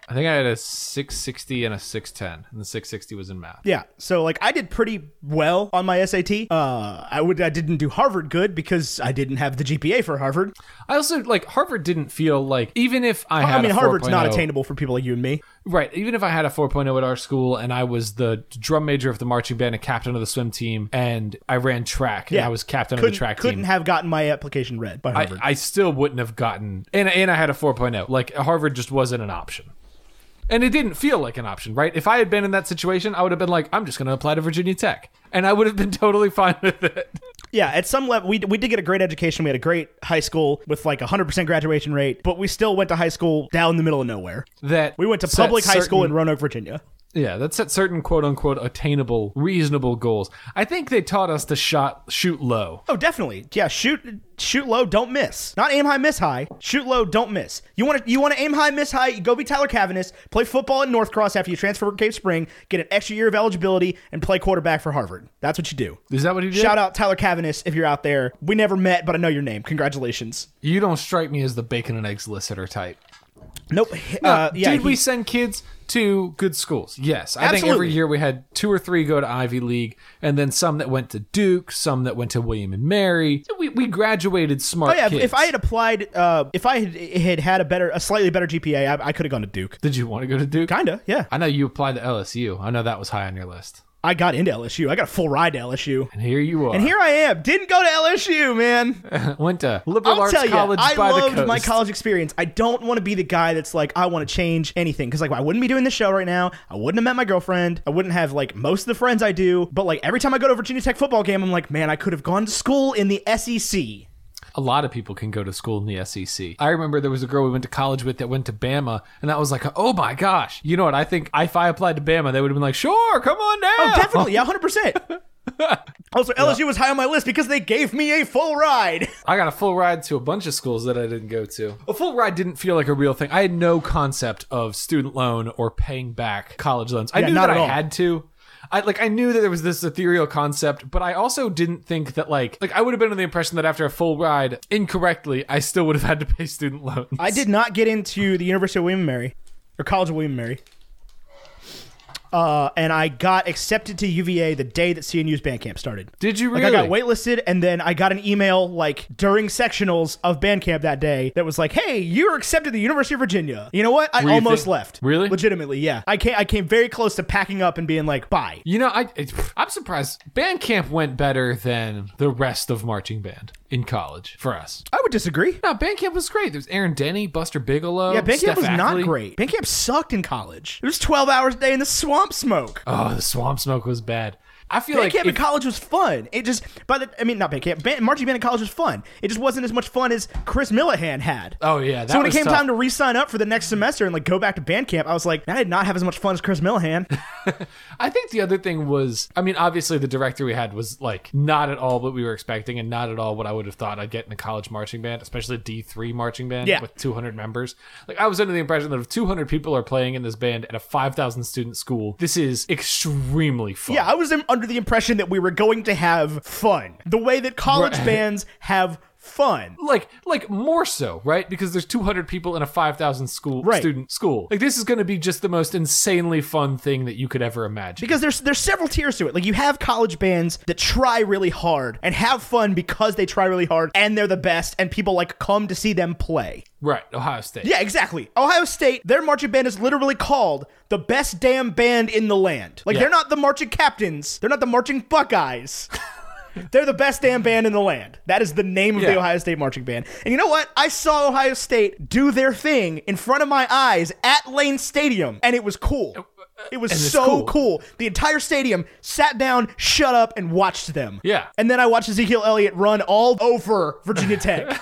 I think I had a six sixty and a six ten, and the six sixty was in math.
Yeah. So like, I did pretty well on my SAT. Uh, I would I didn't do Harvard good because I didn't have the GPA for Harvard.
I also like Harvard didn't feel like even if I had
I mean,
a oh.
Harvard's not
4.0
attainable for people like you and me.
Right. Even if I had a 4.0 at our school and I was the drum major of the marching band and captain of the swim team and I ran track and
Yeah.
I was captain of
Couldn't,
the track
couldn't
team,
have gotten my application read
I,
by Harvard.
I still wouldn't have gotten. And, and I had a 4.0. Like Harvard just wasn't an option. And it didn't feel like an option, right? If I had been in that situation, I would have been like, I'm just going to apply to Virginia Tech. And I would have been [LAUGHS] totally fine with it.
Yeah, at some level, we, we did get a great education. We had a great high school with like 100% graduation rate, but we still went to high school down in the middle of nowhere.
That
We went to
set
public high school
certain-
in Roanoke, Virginia.
Yeah, that set certain quote unquote attainable, reasonable goals. I think they taught us to shot, shoot low.
Oh, definitely. Yeah, shoot shoot low, don't miss. Not aim high, miss high. Shoot low, don't miss. You want to you want to aim high, miss high. You go be Tyler Cavanis, play football at North Cross after you transfer from Cape Spring, get an extra year of eligibility, and play quarterback for Harvard. That's what you do.
Is that what he did?
Shout out Tyler Cavanis if you're out there. We never met, but I know your name. Congratulations.
You don't strike me as the bacon and eggs listener type.
Nope. uh, yeah,
Did we
he-
send kids to good schools? Yes. I think every
Absolutely.
year we had two or three go to Ivy League, and then some that went to Duke, some that went to William and Mary. We, we graduated smart
Oh yeah, if-
kids.
if I had applied, uh, if I had, had had a better, a slightly better GPA, I, I could have gone to Duke.
Did you want to go to Duke?
Kinda, yeah.
I know you applied to LSU. I know that was high on your list.
I got into LSU. I got a full ride to LSU,
And here you are. [LAUGHS]
and here I am. Didn't go to LSU, man.
went to liberal
I'll
arts
tell you,
college
I
by the
loved
coast.
my college experience. I don't want to be the guy that's like, I want to change anything because like I wouldn't be doing this show right now. I wouldn't have met my girlfriend. I wouldn't have like most of the friends I do. But like every time I go to a Virginia Tech football game, I'm like, man, I could have gone to school in the E SEC.
a lot of people can go to school in the SEC. I remember there was a girl we went to college with that went to Bama, and that was like, oh my gosh. You know what? I think if I applied to Bama, they would have been like, sure, come on down.
Oh, definitely, yeah, hundred percent. Also, LSU was high on my list because they gave me a full ride.
[LAUGHS] I got a full ride to a bunch of schools that I didn't go to. A full ride didn't feel like a real thing. I had no concept of student loan or paying back college loans. I
Yeah,
knew
not
that
at
I
all.
had to. I like I knew that there was this ethereal concept, but I also didn't think that like like I would have been under the impression that after a full ride, incorrectly, I still would have had to pay student loans.
I did not get into the University of William and Mary or College of William and Mary. uh, and I got accepted to UVA the day that CNU's Bandcamp started.
Did you
Like I got
really?
waitlisted, and then I got an email like during sectionals of Bandcamp that day that was like, "Hey, you're accepted to the University of Virginia." You know what? I
Were you
almost
think-
left.
Really?
Legitimately, yeah. I came. I came very close to packing up and being like, "Bye."
You know, I it, I'm surprised Bandcamp went better than the rest of marching band in college for us.
I would disagree.
No, Bandcamp was great. There's Aaron Denny, Buster Bigelow.
Yeah, Bandcamp
Oh, Steph
was not
Ackley.
great. Bandcamp sucked in college. It was 12 hours a day in the swamp smoke.
Oh, the swamp smoke was bad. I feel
Bandcamp
like
in
if,
college was fun. It just, by the, I mean, not Bandcamp. Band, marching band in college was fun. It just wasn't as much fun as Chris Millihan had.
oh yeah, that
so when it
was
came
tough.
time to re-sign up for the next semester and like go back to Bandcamp, I was like, I did not have as much fun as
[LAUGHS]
Chris Millihan.
I think the other thing was, I mean, obviously the director we had was like not at all what we were expecting, and not at all what I would have thought I'd get in a college marching band, especially a D three marching band
Yeah.
with two hundred members. Like I was under the impression that if two hundred people are playing in this band at a five thousand student school, this is extremely fun.
yeah, I was im- under the impression that we were going to have fun, the way that college
Right.
bands have fun.
like like more so right because there's 200 people in a 5000 school
Right.
student school like this is going to be just the most insanely fun thing that you could ever imagine
because there's there's several tiers to it. Like you have college bands that try really hard and have fun because they try really hard and they're the best and people like come to see them play.
right ohio state
Yeah, exactly. Ohio State, their marching band is literally called the best damn band in the land. Like
Yeah.
they're not the marching captains, they're not the marching
[LAUGHS]
Buckeyes. They're the best damn band in the land. That is the name of the
Yeah.
Ohio State marching band. And you know what? I saw Ohio State do their thing in front of my eyes at Lane Stadium, and it was cool. It was
and it's
so
cool.
cool cool. The entire stadium sat down, shut up, and watched them.
Yeah.
And then I watched Ezekiel Elliott run all over Virginia Tech.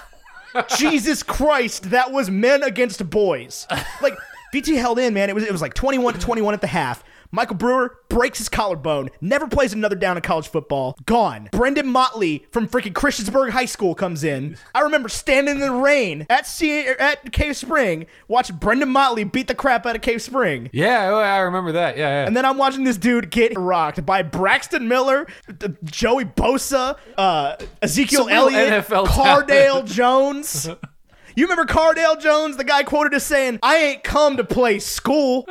Jesus Christ, that was men against boys. Like BT held in, man. It was it was like 21 to 21 at the half. Michael Brewer breaks his collarbone, never plays another down in college football. Gone. Brendan Motley from freaking Christiansburg High School comes in. I remember standing in the rain at C- at Cave Spring, watching Brendan Motley beat the crap out of Cave Spring.
yeah oh, i remember that yeah, yeah.
And then I'm watching this dude get rocked by Braxton Miller, th- Joey Bosa, uh, Ezekiel
Some real
Elliott,
NFL [LAUGHS]
Cardale Jones. You remember Cardale Jones, the guy quoted as saying, I ain't come to play school.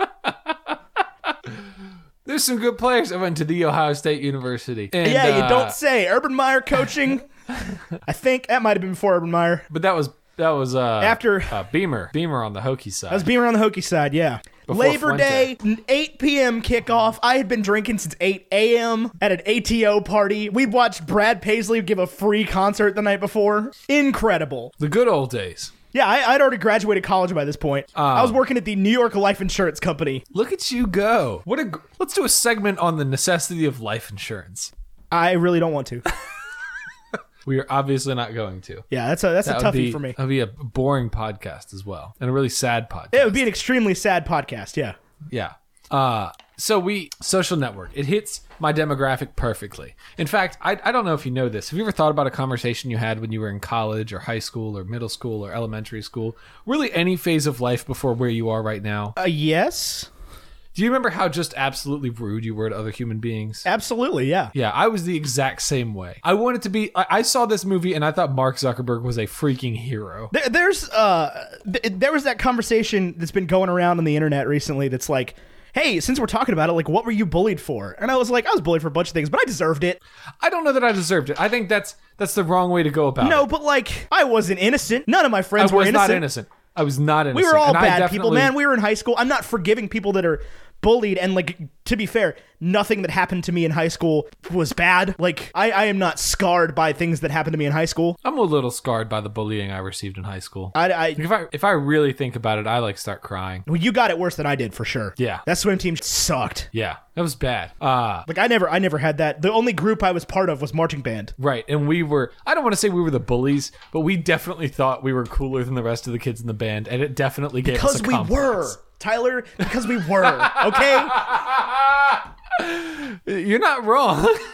there's some good players that went to the ohio state university And,
yeah, you
uh,
don't say. Urban
[LAUGHS]
Meyer coaching. I think that might have been before Urban Meyer.
but that was that was uh
After-
uh, beamer beamer on the hokey side
I was being around the Hokie side, yeah.
Before
Labor
Fuente.
Day, n- 8 p.m. kickoff. I had been drinking since 8 a.m. at an ATO party. We watched Brad Paisley give a free concert the night before. Incredible.
the good old days
Yeah, I, I'd already graduated college by this point. I
Ah.
was working at the New York Life Insurance Company.
look at you go what a gr- let's do a segment on the necessity of life insurance
I really don't want to.
we are obviously not going to
Yeah, that's a that's a toughie
would be,
for me.
That would be a boring podcast as well, and a really sad podcast.
It would be an extremely sad podcast. Yeah.
Yeah. Uh so we social network. It hits my demographic perfectly. In fact, I, I don't know if you know this. Have you ever thought about a conversation you had when you were in college or high school or middle school or elementary school? Really any phase of life before where you are right now?
Uh, yes,
Do you remember how just absolutely rude you were to other human beings?
absolutely. Yeah.
Yeah, I was the exact same way. I wanted to be I, I saw this movie and I thought Mark Zuckerberg was a freaking hero.
There, there's uh, th- there was that conversation that's been going around on the internet recently. That's like, hey, since we're talking about it, like, what were you bullied for? And I was like, I was bullied for a bunch of things, but I deserved it.
I don't know that I deserved it. I think that's that's the wrong way to go about it.
No, but like, I wasn't innocent. None of my
I
friends
was
were innocent.
not innocent. I was not innocent.
We were all
And I
bad people,
definitely-
man. We were in high school. I'm not forgiving people that are bullied. And like, to be fair, nothing that happened to me in high school was bad. Like, I, I am not scarred by things that happened to me in high school.
I'm a little scarred by the bullying I received in high school.
I, I
if I if I really think about it, I like start crying.
well, you got it worse than I did for sure.
Yeah.
that swim team sucked.
Yeah, that was bad. Uh
Like I never, I never had that. The only group I was part of was marching band.
right. And we were I don't want to say we were the bullies, but we definitely thought we were cooler than the rest of the kids in the band, and it definitely gave us
Because
a
we
complex.
were, Tyler. Because we
[LAUGHS]
were. Okay.
You're not wrong. [LAUGHS]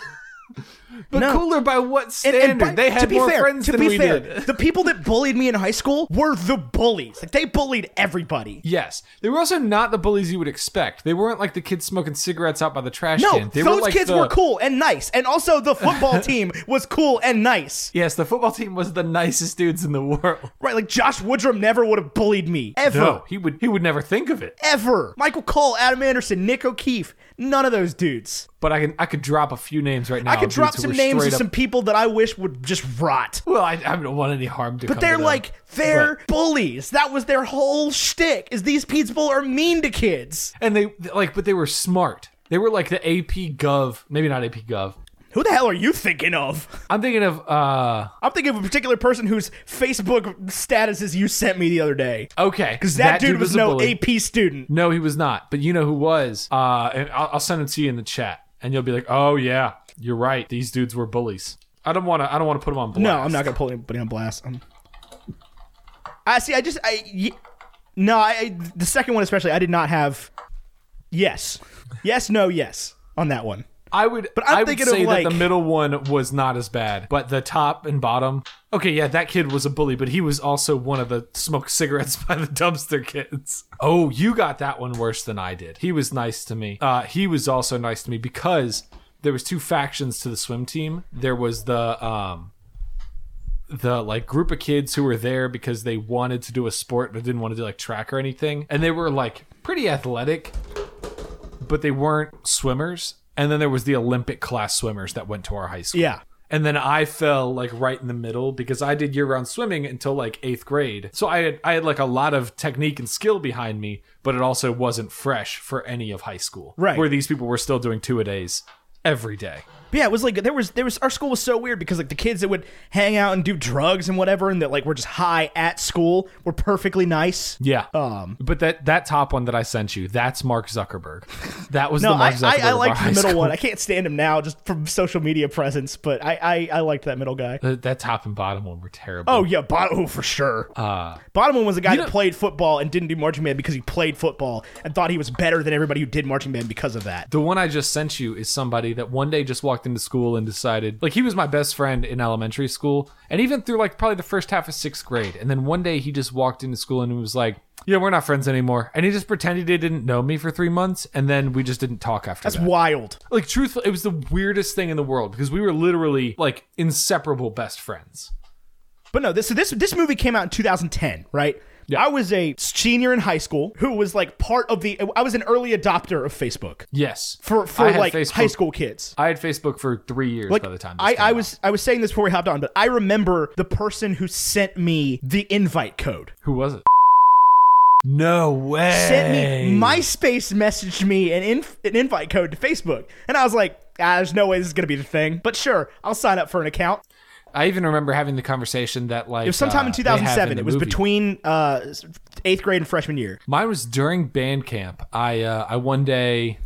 But
No.
cooler by what
And-
standard?
and by-
they had
to be
more
fair,
friends
to
than
be
we
fair,
did.
the people that bullied me in high school were the bullies. Like they bullied everybody.
Yes, they were also not the bullies you would expect. They weren't like the kids smoking cigarettes out by the trash
No,
can. They
those
were like
kids
the-
were cool and nice, and also
[LAUGHS]
the football team was cool and nice.
Yes, the football team was the [LAUGHS] nicest dudes in the world.
Right, like Josh Woodrum never would have bullied me ever,
[LAUGHS] No, he would he would never think of it.
ever. Michael Cole, Adam Anderson, Nick O'Keefe, none of those dudes.
But I can I could drop a few names right now.
I could
of
drop
dudes who
some
were
names
straight
of
up-
some people that I wish would just rot.
[LAUGHS] Well, I, I don't want any harm to.
But they're like they're bullies. That was their whole shtick. Is these people are mean to kids.
and they like, but they were smart. They were like the AP Gov, maybe not AP Gov.
Who the hell are you thinking of?
I'm thinking of uh
I'm thinking of a particular person whose Facebook statuses you sent me the other day.
okay,
Because that, dude, was,
a
no
bully.
AP student.
No, he was not. But you know who was? Uh, and I'll, I'll send it to you in the chat, and you'll be like, "Oh yeah, you're right. These dudes were bullies." I don't want to. I don't want to put them on blast.
No, I'm not gonna pull anybody on blast. I'm... I see. I just I y- no. I, I the second one especially. I did not have yes, yes, no, yes on that one.
I would. But
I'm
i would
thinking of,
say that
like-
the middle one was not as bad, but the top and bottom. Okay, yeah, that kid was a bully, but he was also one of the smoke cigarettes [LAUGHS] by the dumpster kids. Oh, you got that one worse than I did. He was nice to me. Uh, he was also nice to me because there was two factions to the swim team. There was the um, the like group of kids who were there because they wanted to do a sport but didn't want to do like track or anything and they were like pretty athletic but they weren't swimmers and then there was the olympic class swimmers that went to our high school
Yeah.
and then i fell like right in the middle because i did year-round swimming until like eighth grade so i had i had like a lot of technique and skill behind me but it also wasn't fresh for any of high school
Right.
where these people were still doing two a days every day
But yeah, it was like there was there was our school was so weird because like the kids that would hang out and do drugs and whatever and that like were just high at school were perfectly nice.
Yeah.
Um,
but that that top one that I sent you, that's Mark Zuckerberg. That was
No,
the Mark
I,
Zuckerberg.
I, I
of our
liked the
high
middle
school.
one. I can't stand him now just from social media presence, but I I, I liked that middle guy.
Th- that top and bottom one were terrible.
Oh yeah, bottom oh, for sure.
Uh,
Bottom one was the guy
You
that
know-
played football and didn't do marching band because he played football and thought he was better than everybody who did marching band because of that.
the one I just sent you is somebody that one day just walked into school and decided, like, he was my best friend in elementary school, and even through like probably the first half of sixth grade. And then one day he just walked into school and was like, "Yeah, we're not friends anymore." And he just pretended he didn't know me for three months, and then we just didn't talk after
That's
that.
wild.
like truthfully it was the weirdest thing in the world because we were literally like inseparable best friends
But no, this so this this movie came out in 2010, right?
Yeah.
I was a senior in high school who was like part of the. I was an early adopter of Facebook
yes
for for
I had
like
Facebook-
high school kids.
I had Facebook for three years
Like,
by the time. this
I,
came
I
out.
was I was saying this before we hopped on, but I remember the person who sent me the invite code.
Who was it? No way.
sent me MySpace messaged me an inf- an invite code to Facebook, and I was like, ah, "There's no way this is gonna be the thing." But sure, I'll sign up for an account.
I even remember having the conversation that like
It was
uh,
sometime in
they have
2007.
the
It was
movie.
between uh, eighth grade and freshman year.
Mine was during band camp. I uh, I one day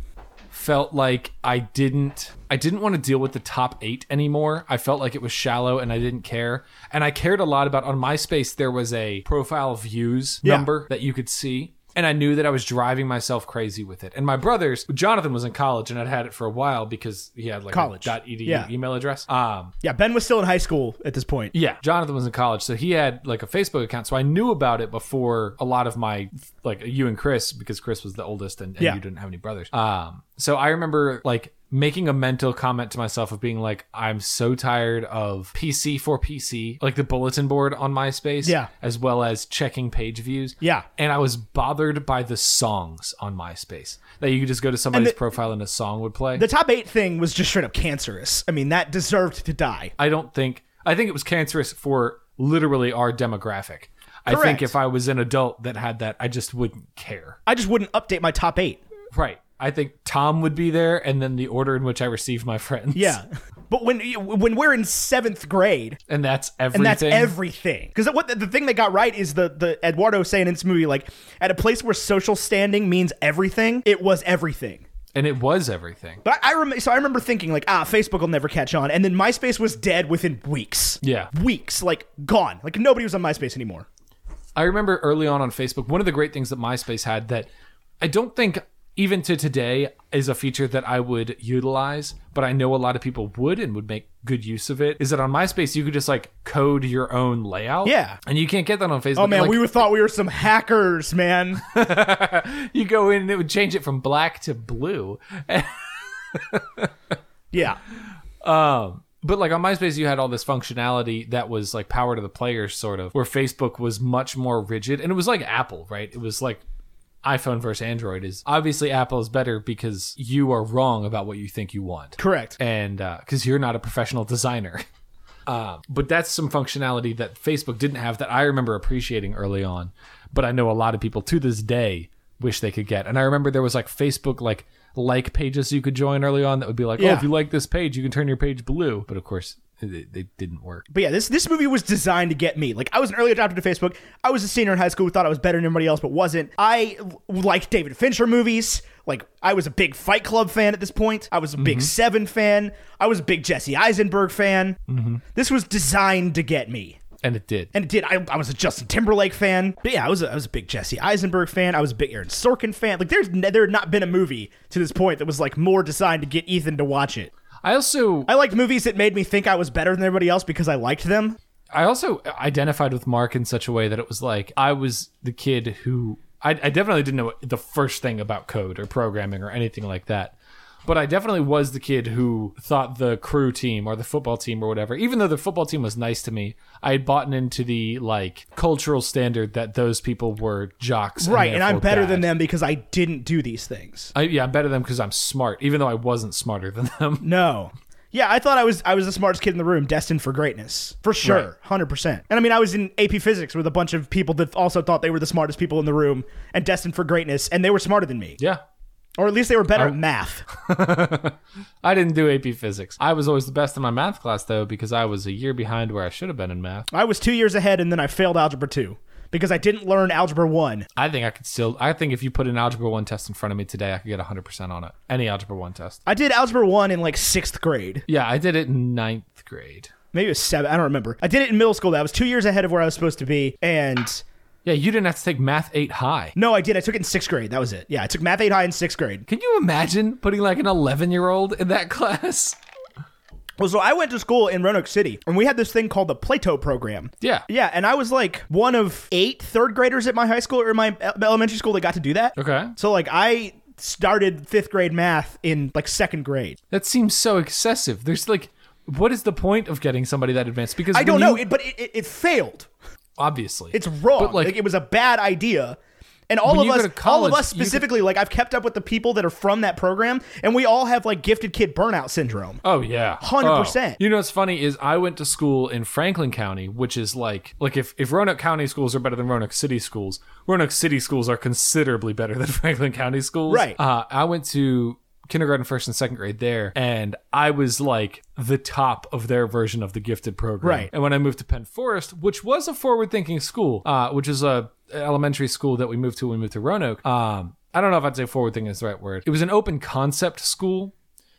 felt like I didn't I didn't want to deal with the top eight anymore. I felt like it was shallow and I didn't care. And I cared a lot about on MySpace there was a profile views
Yeah.
number that you could see. And I knew that I was driving myself crazy with it. And my brothers, Jonathan was in college and I'd had it for a while because he had like
College.
a .edu
Yeah.
email address. Um,
Yeah, Ben was still in high school at this point.
yeah, Jonathan was in college, so he had like a Facebook account. So I knew about it before a lot of my like you and Chris, because Chris was the oldest and, and
Yeah.
you didn't have any brothers. Um, so I remember like making a mental comment to myself of being like, I'm so tired of PC for PC, like the bulletin board on MySpace,
Yeah.
as well as checking page views,
Yeah.
And I was bothered by the songs on MySpace that you could just go to somebody's
the-
profile and a song would play.
The top eight thing was just straight up cancerous. I mean, that deserved to die.
I don't think I think it was cancerous for literally our demographic. I
Correct.
think if I was an adult that had that, I just wouldn't care.
I just wouldn't update my top eight.
Right. I think Tom would be there, and then the order in which I received my friends.
Yeah, [LAUGHS] but when when we're in seventh grade,
[LAUGHS] and that's everything.
and that's everything. Because what the, the thing they got right is the the Eduardo saying in this movie, like at a place where social standing means everything, it was everything.
and it was everything.
But I, I remember, so I remember thinking like, ah, Facebook will never catch on, and then MySpace was dead within weeks.
Yeah.
weeks, like gone. Like nobody was on MySpace anymore.
I remember early on on Facebook, one of the great things that MySpace had that I don't think even to today is a feature that I would utilize, but I know a lot of people would and would make good use of it. Is that on MySpace you could just like code your own layout?
Yeah.
and you can't get that on Facebook.
Oh man,
Like,
we were, thought we were some hackers, man. [LAUGHS]
you go in and it would change it from black to blue.
yeah,
Um, but like on MySpace, you had all this functionality that was like power to the players, sort of, where Facebook was much more rigid. And it was like Apple, right? It was like iPhone versus Android is obviously Apple is better because you are wrong about what you think you want.
correct.
And because you're not a professional designer. [LAUGHS] Um, but that's some functionality that Facebook didn't have that I remember appreciating early on. But I know a lot of people to this day wish they could get. And I remember there was like Facebook like like pages you could join early on that would be like, oh,
Yeah.
if you like this page, you can turn your page blue. But of course, it, it didn't work.
But yeah, this this movie was designed to get me. Like I was an early adopter to Facebook. I was a senior in high school who thought I was better than everybody else, but wasn't. I l- liked David Fincher movies. Like I was a big Fight Club fan at this point. I was a big Seven fan. I was a big Jesse Eisenberg fan. This was designed to get me.
And it did.
And it did. I, I was a Justin Timberlake fan. But yeah, I was a, I was a big Jesse Eisenberg fan. I was a big Aaron Sorkin fan. Like there's ne- there had not been a movie to this point that was like more designed to get Ethan to watch it.
I also
I liked movies that made me think I was better than everybody else because I liked them.
I also identified with Mark in such a way that it was like I was the kid who I, I definitely didn't know the first thing about code or programming or anything like that. But I definitely was the kid who thought the crew team or the football team or whatever, even though the football team was nice to me, I had bought into the like cultural standard that those people were jocks.
Right, and I'm
therefore
better
bad.
than them because I didn't do these things.
I, yeah, I'm better than them because I'm smart, even though I wasn't smarter than [LAUGHS] them.
No. Yeah, I thought I was I was the smartest kid in the room, destined for greatness. For sure, 100%. And I mean, I was in AP Physics with a bunch of people that also thought they were the smartest people in the room and destined for greatness, and they were smarter than me.
yeah.
Or at least they were better at math.
I didn't do AP physics. I was always the best in my math class though, because I was a year behind where I should have been in math.
I was 2 years ahead and then I failed algebra 2 because I didn't learn algebra 1.
I think I could still. I think if you put an algebra one test in front of me today, I could get hundred percent on it. Any algebra one test.
I did algebra 1 in like 6th grade.
Yeah, I did it in ninth grade.
Maybe it was 7, I don't remember. I did it in middle school. That was 2 years ahead of where I was supposed to be and
Yeah, you didn't have to take math eight high.
no, I did. I took it in 6th grade. That was it. Yeah, I took math 8 high in 6th grade.
Can you imagine putting like an eleven year old in that [LAUGHS] class?
Well, so I went to school in Roanoke City, and we had this thing called the Plato program.
Yeah.
Yeah, and I was like one of eight third graders at my high school or my e- elementary school that got to do that.
Okay.
So, like, I started fifth grade math in like second grade.
That seems so excessive. There's like, what is the point of getting somebody that advanced? Because
I
when
don't
you-
know, it, but it, it, it failed.
obviously,
It's wrong.
But, like-
Like, it was a bad idea. And all
When
of
you go
us,
to
all of
college,
us
you could-
specifically, like I've kept up with the people that are from that program, and we all have like gifted kid burnout syndrome.
Oh yeah,
100%.
Oh. You know what's funny is I went to school in Franklin County, which is like like if if Roanoke County schools are better than Roanoke City schools, Roanoke City schools are considerably better than [LAUGHS] Franklin County schools.
Right.
Uh, I went to kindergarten, first and second grade there, and I was like the top of their version of the gifted program.
Right.
And when I moved to Penn Forest, which was a forward-thinking school, uh, which is a elementary school that we moved to when we moved to Roanoke. Um, I don't know if I'd say forward-thinking is the right word. It was an open concept school.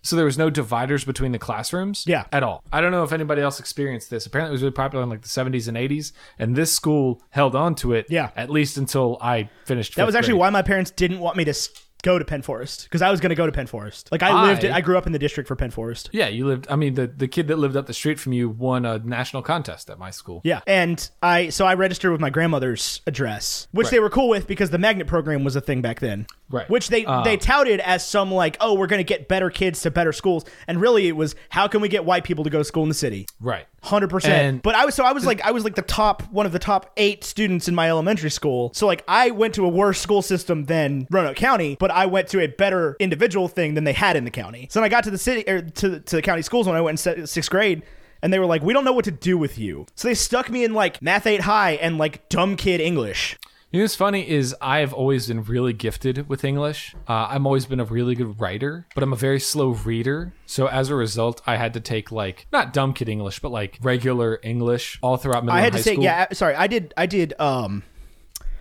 So there was no dividers between the classrooms.
Yeah.
At all. I don't know if anybody else experienced this. Apparently it was really popular in like the 70s and 80s. And this school held on to it.
Yeah.
At least until I finished.
That was actually why my parents didn't want me to s- go to Penn Forest because I was going to go to Penn Forest. Like I,
I-
lived, I grew up in the district for Penn Forest.
Yeah. You lived. I mean, the, the kid that lived up the street from you won a national contest at my school.
Yeah, and I so I registered with my grandmother's address, which they were cool with because the magnet program was a thing back then.
Right.
Which they they touted as some like, oh, we're going to get better kids to better schools, and really it was how can we get white people to go to school in the city.
Right.
Hundred
And-
percent. But I was so I was like I was like the top one of the top eight students in my elementary school. So like I went to a worse school system than Roanoke County, but I went to a better individual thing than they had in the county. So then I got to the city or to to the county schools when I went in se- sixth grade. And they were like, we don't know what to do with you. So they stuck me in like math eight high and like dumb kid English.
You know what's funny is I've always been really gifted with English. Uh, I'm always been a really good writer, but I'm a very slow reader. So as a result, I had to take like not dumb kid English, but like regular English all throughout middle
I
and
had to
high
say,
school.
yeah, I- sorry, I did, I did, um,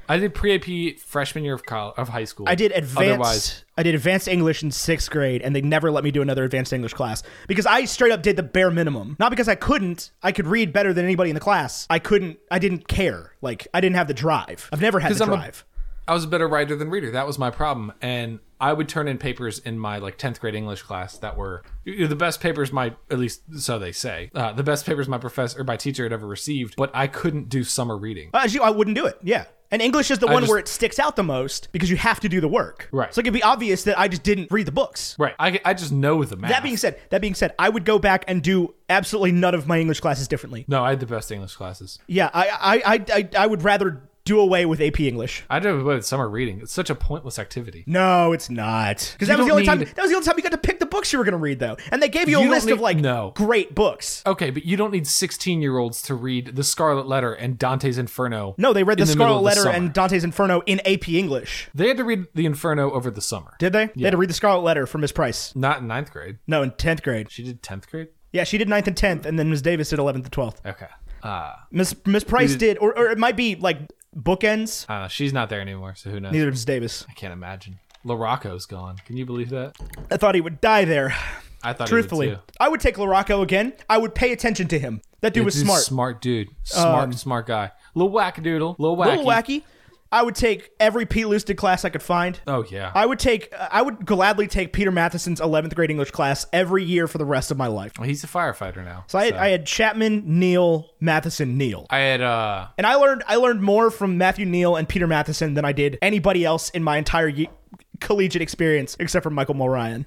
I did pre AP freshman year of college, of high school.
I did advanced.
Otherwise,
I did advanced English in sixth grade, and they never let me do another advanced English class because I straight up did the bare minimum. Not because I couldn't. I could read better than anybody in the class. I couldn't. I didn't care. Like I didn't have the drive. I've never had the
I'm a-
drive.
I was a better writer than reader. That was my problem. And I would turn in papers in my like 10th grade English class that were you know, the best papers my, at least so they say, uh, the best papers my professor or my teacher had ever received, but I couldn't do summer reading.
Uh, you- I wouldn't do it. Yeah. And English is the one
just-
where it sticks out the most because you have to do the work.
Right.
So it could be obvious that I just didn't read the books.
Right. I, I just know the math.
That being said, that being said, I would go back and do absolutely none of my English classes differently.
no, I had the best English classes.
Yeah, I I I I, I would rather do away with AP English.
I did it with summer reading. It's such a pointless activity.
No, it's not. Because that
You
was the
don't
only time
need-
that was the only time you got to pick the books you were going to read though. And they gave you,
You
a
don't
list of
need-
like
no.
great books.
Okay, but you don't need 16 year olds to read The Scarlet Letter and Dante's Inferno.
No, they read the,
in middle
Scarlet
of the
Letter
summer.
and Dante's Inferno in AP English.
They had to read The Inferno over the summer.
Did they? They had to read the Scarlet Letter for Miss Price.
Not in ninth grade.
No, in 10th grade.
She did 10th grade?
Yeah, she did 9th and 10th and then Miss Davis did 11th and 12th.
Okay. Uh,
Miss Miss Price did or, or it might be like bookends.
I don't know. Uh, She's not there anymore, so who knows?
Neither is Davis.
I can't imagine. LaRocco's gone. Can you believe that?
I thought he would die there.
I thought
Truthfully,
he would too.
I would take Larocco again. I would pay attention to him. That dude was
Dude's a
smart.
smart dude. Smart, smart guy. Little wackadoodle. Little wacky.
little wacky. I would take every Pete Lustig class I could find.
Oh yeah.
I would take. I would gladly take Peter Matheson's 11th grade English class every year for the rest of my life.
Well, He's a firefighter now.
So I had, I had Chapman, Neal, Matheson, Neal,
I had uh
and I learned I learned more from Matthew Neal and Peter Matheson than I did anybody else in my entire ye- collegiate experience, except for Michael Mulryan.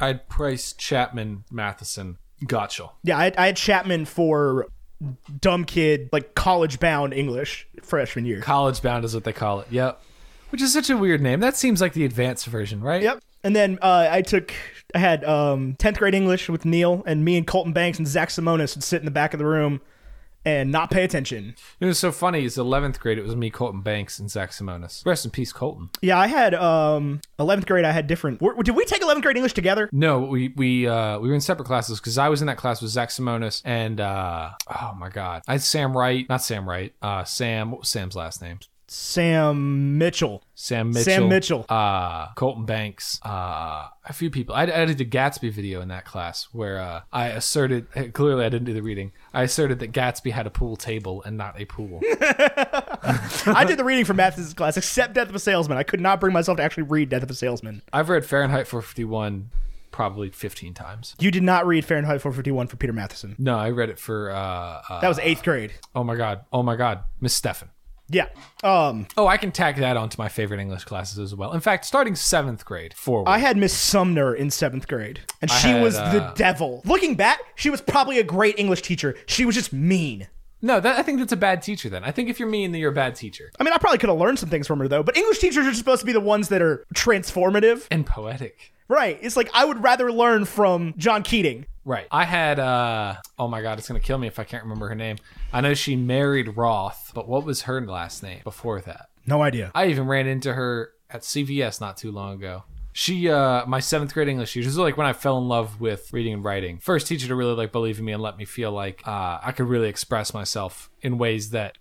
I had Price Chapman Matheson Gotchel.
Yeah, I, I had Chapman for dumb kid, like college bound English freshman year.
College bound is what they call it. Yep. Which is such a weird name. That seems like the advanced version, right?
Yep. And then uh, I took, I had um, 10th grade English with Neil, and me and Colton Banks and Zach Simonis would sit in the back of the room and not pay attention.
It was so funny. It's eleventh grade. It was me, Colton Banks, and Zach Simonis. Rest in peace, Colton.
Yeah, I had um, 11th grade, I had different. Were, did we take 11th grade English together?
No, we we uh, we were in separate classes because I was in that class with Zach Simonis and uh, oh my god, I had Sam Wright, not Sam Wright, uh, Sam. What was Sam's last name?
Sam Mitchell.
Sam Mitchell.
Sam Mitchell.
Uh, Colton Banks. Uh, a few people. I, I did a Gatsby video in that class where uh, I asserted [LAUGHS] clearly I didn't do the reading. I asserted that Gatsby had a pool table and not a pool.
I did the reading for Matheson's class, except Death of a Salesman. I could not bring myself to actually read Death of a Salesman.
I've read Fahrenheit 451 probably 15 times.
You did not read Fahrenheit 451 for Peter Matheson.
No, I read it for uh, uh,
That was 8th grade.
oh my god, oh my god, Miss Stefan.
Yeah. Um,
Oh, I can tack that onto my favorite English classes as well. In fact, starting seventh grade forward.
I had Miss Sumner in seventh grade, and she
had,
was the
uh,
devil. Looking back, she was probably a great English teacher. She was just mean.
no, that, I think that's a bad teacher. Then I think if you're mean, then you're a bad teacher
I mean, I probably could have learned some things from her though. But English teachers are supposed to be the ones that are transformative,
and poetic.
right? It's like I would rather learn from John Keating.
Right. I had. uh Oh my god, it's gonna kill me if I can't remember her name. I know she married Roth, but what was her last name before that?
No idea.
I even ran into her at CVS not too long ago. She, uh, my seventh grade English teacher, this is like when I fell in love with reading and writing. First teacher to really like believe in me and let me feel like uh, I could really express myself in ways that,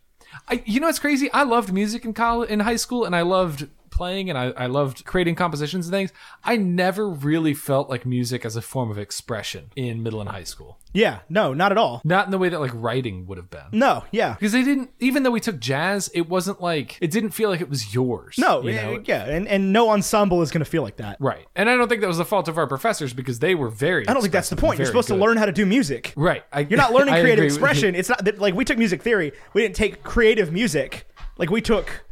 I, you know, it's crazy. I loved music in college, in high school, and I loved playing and I, I loved creating compositions and things. I never really felt like music as a form of expression in middle and high school,
Yeah. No, not at all.
not in the way that like writing would have been.
No. Yeah.
Because they didn't, even though we took jazz, it wasn't like it didn't feel like it was yours.
No.
you
eh,
know?
yeah. And and no ensemble is going to feel like that.
Right. And I don't think that was the fault of our professors because they were very.
I don't think that's the point. You're supposed to learn how to do music.
Right. I, [LAUGHS]
You're not learning
I
creative
agree with you.
expression. It's not that, like we took music theory. We didn't take creative music. Like we took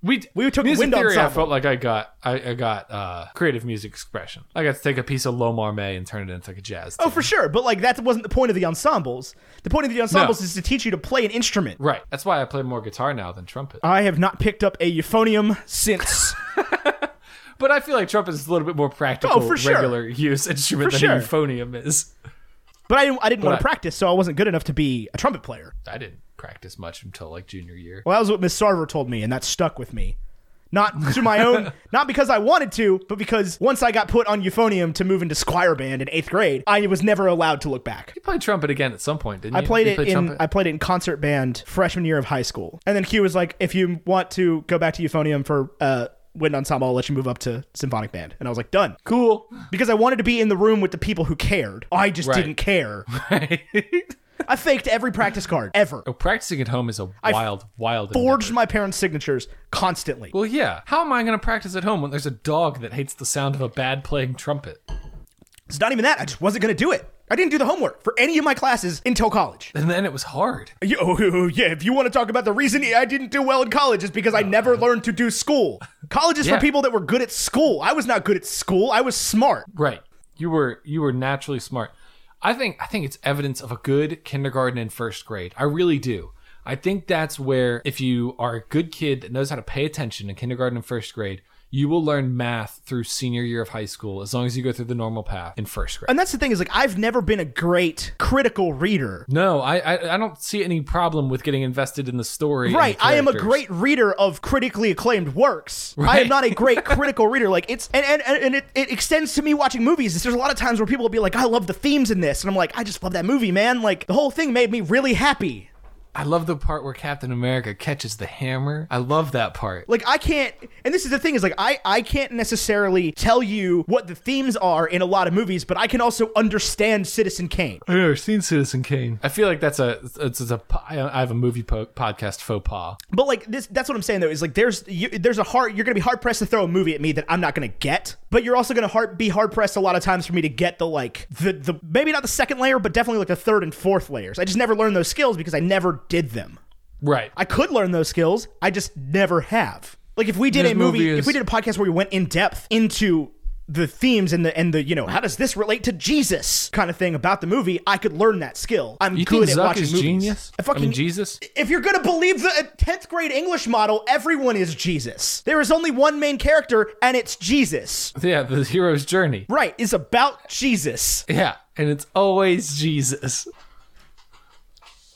We,
we took
music
wind
theory. I
ensemble.
felt like I got I, I got uh, creative music expression. I got to take a piece of Lomar May and turn it into like a jazz.
Oh, for sure. But like that wasn't the point of the ensembles. The point of the ensembles is to teach you to play an instrument.
right. That's why I play more guitar now than trumpet.
I have not picked up a euphonium since.
But I feel like trumpet is a little bit more practical,
Oh, for sure.
regular use instrument
For
than a
sure.
euphonium is.
but I didn't, I didn't want
I-
to practice, so I wasn't good enough to be a trumpet player.
I didn't practice much until like junior year.
Well, that was what Miss Sarver told me, and that stuck with me. Not to my own, not because I wanted to, but because once I got put on euphonium to move into squire band in eighth grade, I was never allowed to look back.
You played trumpet again at some point, didn't you?
I played
You
it
played
in
trumpet?
I played it in concert band freshman year of high school. And then Q was like, if you want to go back to euphonium for uh wind ensemble, I'll let you move up to symphonic band. And I was like, done.
cool.
Because I wanted to be in the room with the people who cared. I
[LAUGHS]
just
Right.
didn't care.
Right.
I faked every practice card ever.
Oh, practicing at home is a
I
wild, wild.
Forged
endeavor.
my parents' signatures constantly.
Well, yeah. How am I going to practice at home when there's a dog that hates the sound of a bad playing trumpet?
It's not even that. I just wasn't going to do it. I didn't do the homework for any of my classes until college.
And then it was hard.
Yo, oh, yeah, if you want to talk about the reason E I didn't do well in college is because I never learned to do school. College is
Uh, Yeah.
for people that were good at school. I was not good at school. I was smart.
Right. You were you were naturally smart. I think I think it's evidence of a good kindergarten and first grade. I really do. I think that's where if you are a good kid that knows how to pay attention in kindergarten and first grade, you will learn math through senior year of high school as long as you go through the normal path in first grade.
And that's the thing is like I've never been a great critical reader.
No, I I, I don't see any problem with getting invested in the story. and the
Right, I am a
characters.
great reader of critically acclaimed works. I am
Right.
not a
[LAUGHS]
great critical reader. Like it's and and, and it, it extends to me watching movies. There's a lot of times where people will be like, "I love the themes in this," and I'm like, "I just love that movie, man." Like the whole thing made me really happy.
I love the part where Captain America catches the hammer. I love that part.
Like I can't and this is the thing is like I I can't necessarily tell you what the themes are in a lot of movies, but I can also understand Citizen Kane.
I've never seen Citizen Kane. I feel like that's a it's, it's a I have a movie po- podcast faux pas.
But like this that's what I'm saying though is like there's you, there's a hard you're going to be hard pressed to throw a movie at me that I'm not going to get, but you're also going to hard, be hard pressed a lot of times for me to get the like the the maybe not the second layer, but definitely like the third and fourth layers. I just never learned those skills because I never did them.
Right.
I could learn those skills. I just never have. Like if we did
This
a movie,
movie is-
if we did a podcast where we went in depth into the themes and the and the you know how does this relate to Jesus kind of thing about the movie, I could learn that skill. I'm
you
good
think
at
Zuck
watching
is
movies.
genius?
I fucking
mean, Jesus.
If you're gonna believe the uh, tenth grade English model, everyone is Jesus. There is only one main character, and it's Jesus.
Yeah, the hero's journey.
Right? It's about Jesus.
Yeah, and it's always Jesus.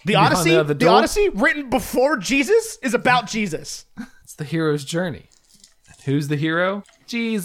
The Odyssey,
the-
the,
the door?
Odyssey, written before Jesus, is about Jesus.
It's the hero's journey. And who's the hero?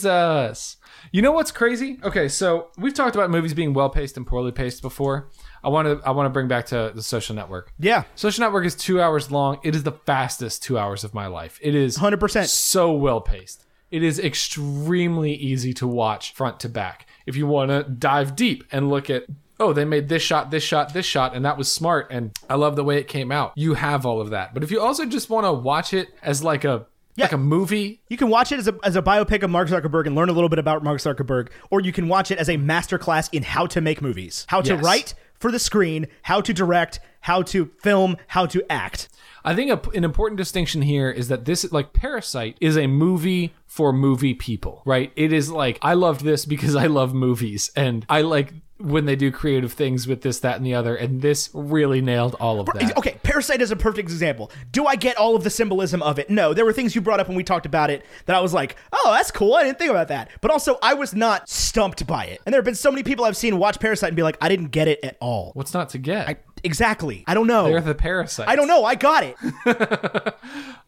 Jesus. You know what's crazy? Okay, so we've talked about movies being well paced and poorly paced before. I want to I want to bring back to the Social Network.
Yeah,
Social Network is two hours long. It is the fastest two hours of my life. It is
100%.
so well paced. It is extremely easy to watch front to back. If you want to dive deep and look at, oh, they made this shot, this shot, this shot, and that was smart, and I love the way it came out. You have all of that. But if you also just want to watch it as like a like a movie,
You can watch it as a, as a biopic of Mark Zuckerberg and learn a little bit about Mark Zuckerberg, or you can watch it as a masterclass in how to make movies, how to
Yes.
write for the screen, how to direct, how to film, how to act.
I think a, an important distinction here is that this, like Parasite, is a movie for movie people, right? It is like, I loved this because I love movies and I like when they do creative things with this, that, and the other. And this really nailed all of that.
Okay, Parasite is a perfect example. Do I get all of the symbolism of it? No, there were things you brought up when we talked about it that I was like, oh, that's cool. I didn't think about that. But also, I was not stumped by it. And there have been so many people I've seen watch Parasite and be like, I didn't get it at all.
What's not to get?
Exactly. I don't know.
They're the parasites.
I don't know. I
[LAUGHS]
got it.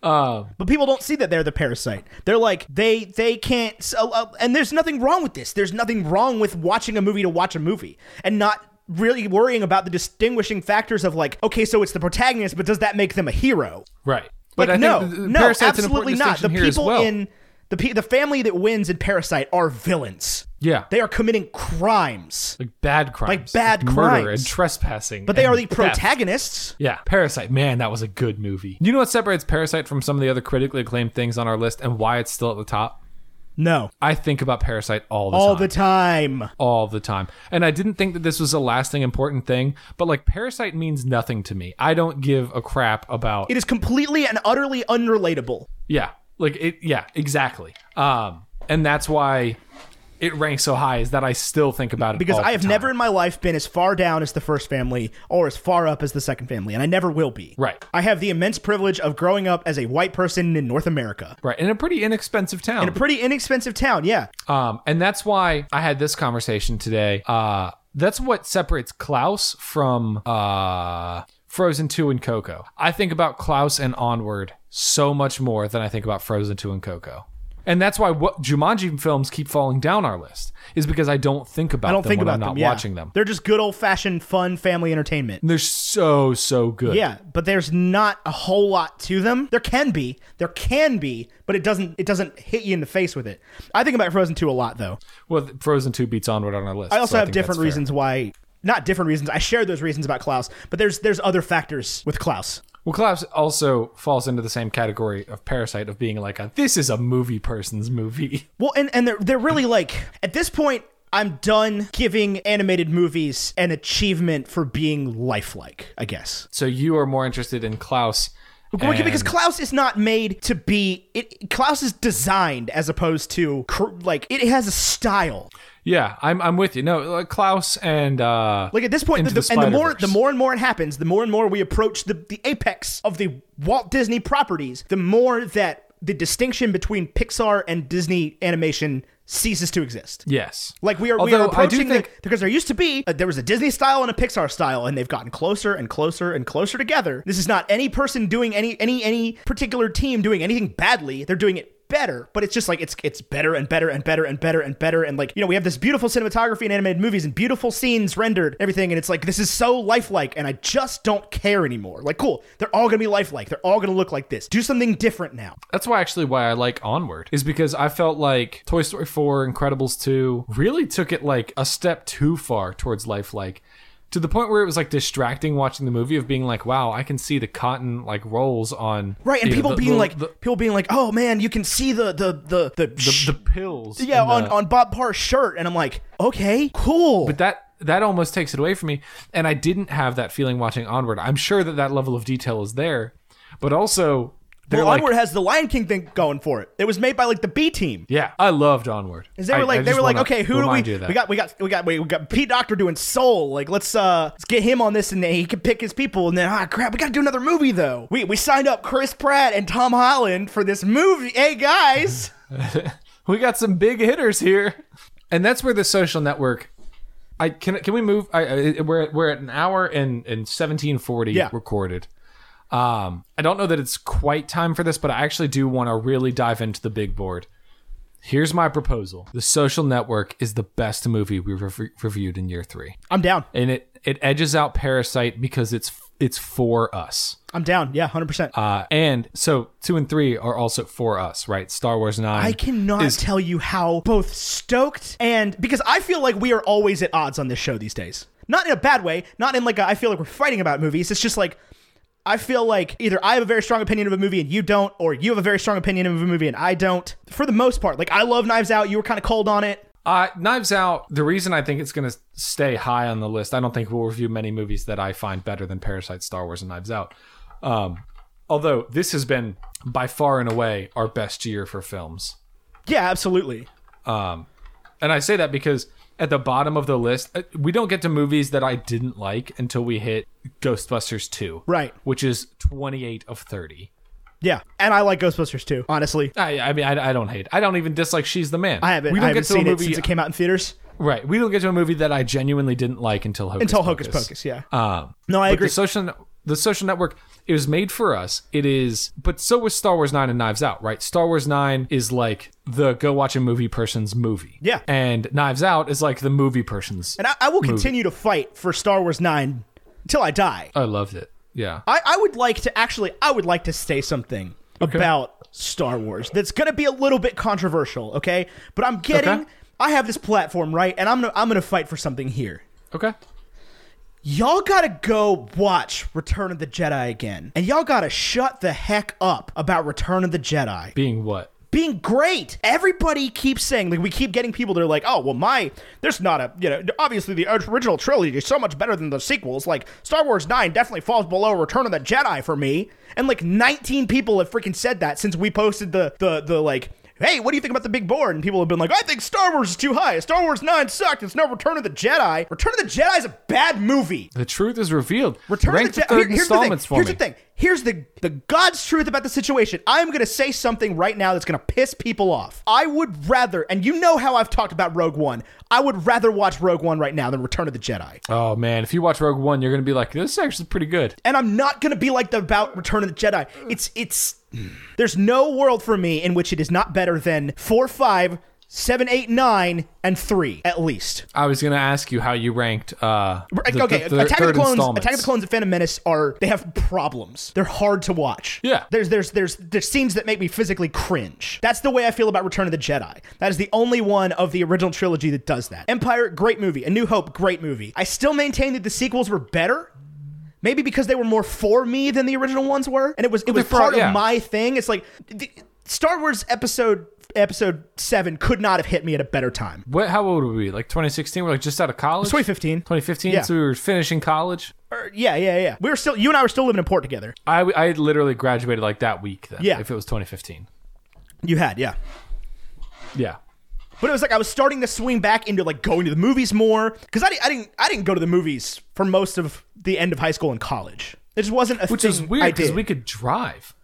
Um,
but people don't see that they're the parasite. They're like they they can't. So, uh, and there's nothing wrong with this. There's nothing wrong with watching a movie to watch a movie and not really worrying about the distinguishing factors of like okay, so it's the protagonist, but does that make them a hero?
Right.
Like, no,
th- th-
no,
Parasite's an
absolutely
important
not. The
distinction here as
people
well.
in the pe- the family that wins in Parasite are villains.
yeah,
They are committing crimes,
like bad crimes,
like bad
murder
crimes.
and trespassing,
but they
and
are the
theft.
protagonists.
Yeah, Parasite. Man, that was a good movie. You know what separates Parasite from some of the other critically acclaimed things on our list, and why it's still at the top?
No,
I think about Parasite all the
all
time.
the time.
all the time. And I didn't think that this was a lasting important thing, but like Parasite means nothing to me. I don't give a crap about
It is completely and utterly unrelatable.
Yeah. Like it yeah, exactly. Um and that's why it ranks so high is that I still think about it
Because
all
I
the
have
time.
never in my life been as far down as the first family or as far up as the second family, and I never will be.
Right.
I have the immense privilege of growing up as a white person in North America.
Right, in a pretty inexpensive town.
A pretty inexpensive town, yeah.
Um, and that's why I had this conversation today. Uh, that's what separates Klaus from uh, Frozen 2 and Coco. I think about Klaus and Onward so much more than I think about Frozen 2 and Coco. And that's why what Jumanji films keep falling down our list is because I don't think about
I don't
them
think
when
about
I'm not
them. yeah.
watching them.
They're just good old fashioned fun family entertainment.
They're so so good.
Yeah, but there's not a whole lot to them. There can be, there can be, but it doesn't. It doesn't hit you in the face with it. I think about Frozen Two a lot, though.
Well, Frozen 2 beats Onward on our list.
I also have different reasons why not different reasons. I shared those reasons about Klaus, but there's there's other factors with Klaus.
Well, Klaus also falls into the same category of Parasite of being like, a, this is a movie person's movie.
Well, and and they're they're really like at this point. I'm done giving animated movies an achievement for being lifelike, I guess.
So you are more interested in Klaus.
Well,
and-
because Klaus is not made to be it. Klaus is designed as opposed to cr- like it has a style.
yeah, I'm I'm with you. No, like Klaus and uh,
Like at this point,
Into
the, the,
the
and the more
Spider-Verse.
the more and more it happens, the more and more we approach the the apex of the Walt Disney properties. The more that the distinction between Pixar and Disney animation ceases to exist.
yes,
Like we are, we
Although
are
I do
approaching the-
think-
because there used to be uh, there was a Disney style and a Pixar style, and they've gotten closer and closer and closer together. This is not any person doing any any any particular team doing anything badly. They're doing it better, but it's just like it's it's better and better and better and better and better. And like you know, we have this beautiful cinematography in animated movies and beautiful scenes rendered, everything, and it's like this is so lifelike, and I just don't care anymore. Like cool, they're all gonna be lifelike. They're all gonna look like this. Do something different now.
That's why actually why I like Onward is because I felt like Toy Story 4, Incredibles 2 really took it like a step too far towards lifelike to the point where it was like distracting watching the movie of being like, wow, I can see the cotton like rolls on
Right, and
you know,
people
the-
being
the-
like,
the,
people being like, "Oh man, you can see the the the the, sh-
the pills.
yeah,
and
on,
the-
on Bob Parr's shirt, and I'm like, okay, cool.
but that that almost takes it away from me and I didn't have that feeling watching Onward. I'm sure that that level of detail is there, but also they're
well,
like
Onward has the Lion King thing going for it. It was made by like the B team.
yeah, I loved Onward.
They were
I-
like,
I
they
just
were like,
wanna
okay, who do we?
remind you of that.
We got, we got, we got, we got Pete Doctor doing Soul. Like, let's uh, let's get him on this, and he can pick his people. And then, ah, crap, we got to do another movie though. We we signed up Chris Pratt and Tom Holland for this movie.
[LAUGHS]
Hey guys,
we got some big hitters here and that's where the social network i can can we move i, I we're, at- we're at an hour and and 1740
Yeah.
recorded um i don't know that it's quite time for this but i actually do want to really dive into the big board here's my proposal the social network is the best movie we re- reviewed in year three
I'm down.
and it it edges out parasite because it's it's for us
I'm down. Yeah, hundred percent.
uh, and so two and three are also for us right star wars 9
I cannot tell you how both stoked and because I feel like we are always at odds on this show these days. Not in a bad way, not in like a, I feel like we're fighting about movies. It's just like I feel like either I have a very strong opinion of a movie and you don't, or you have a very strong opinion of a movie and I don't. For the most part, like I love Knives Out. You were kind of cold on it.
Uh, Knives Out. The reason I think it's going to stay high on the list, I don't think we'll review many movies that I find better than Parasite, Star Wars, and Knives Out. Um, although this has been by far and away our best year for films,
Yeah, absolutely.
and I say that because at the bottom of the list, uh, we don't get to movies that I didn't like until we hit Ghostbusters Two,
Right.
Which is twenty eight of thirty.
Yeah, and I like Ghostbusters too. Honestly,
I, I mean, I, I don't hate. I don't even dislike She's the Man.
I haven't.
We don't
I haven't
get to
seen
a
it
movie
since it came out in theaters
right. We don't get to a movie that I genuinely didn't like until Hocus
until
Pocus.
Hocus Pocus. Yeah.
Um,
no, I
but
agree.
The social the social network it was made for us. It is, but so was Star Wars Nine and Knives Out, right? Star Wars Nine is like the go watch a movie person's movie,
Yeah.
and Knives Out is like the movie person's.
and I, I will continue to fight for Star Wars Nine till I die.
I loved it. Yeah,
I, I would like to actually I would like to say something about Star Wars that's gonna be a little bit controversial, okay? But I'm getting
Okay.
I have this platform, right? And I'm gonna I'm gonna fight for something here.
okay.
Y'all gotta go watch Return of the Jedi again. And y'all gotta shut the heck up about Return of the Jedi
Being what?
being great. Everybody keeps saying, like, we keep getting people that are like, oh, well, my, there's not a, you know, obviously the original trilogy is so much better than the sequels. Like, Star Wars 9 definitely falls below Return of the Jedi for me. And like 19 people have freaking said that since we posted the, the, the, like, hey, what do you think about the big board? And people have been like, I think Star Wars is too high. Star Wars 9 sucked. It's no Return of the Jedi. Return of the Jedi is a bad movie.
The truth is revealed.
Return
Rank
of the, Jedi.
third
here's
installments
the thing.
for
here's
me.
the thing. Here's the the God's truth about the situation. I'm gonna say something right now that's gonna piss people off. I would rather, and you know how I've talked about Rogue One. I would rather watch Rogue One right now than Return of the Jedi.
Oh man, if you watch Rogue One, you're gonna be like, this is actually pretty good.
And I'm not gonna be like the about Return of the Jedi. It's it's there's no world for me in which it is not better than four, five, six, seven, eight, nine, ten. seven, eight, nine, and three at least.
I was going to ask you how you ranked. Uh, the-
okay,
the thir-
Attack of the
third
Clones,
installments.
Attack of the Clones, and Phantom Menace are they have problems. They're hard to watch.
Yeah.
there's there's there's there's scenes that make me physically cringe. That's the way I feel about Return of the Jedi. That is the only one of the original trilogy that does that. Empire, great movie. A New Hope, great movie. I still maintain that the sequels were better. Maybe because they were more for me than the original ones were, and it was it was
they're pro-
part
yeah.
of my thing. It's like the, Star Wars episode episode seven could not have hit me at a better time.
What, how old were we? Like 2016? We're like just out of college?
2015.
2015?
Yeah.
So we were finishing college.
Or- Er, yeah, yeah, yeah. We were still you and I were still living in port together.
I, I literally graduated like that week then.
Yeah.
If it was 2015.
You had, yeah.
Yeah.
But it was like I was starting to swing back into like going to the movies more because I, di- I didn't I didn't go to the movies for most of the end of high school and college. It just wasn't a
Which
thing
is
I
weird because
did.
we could drive.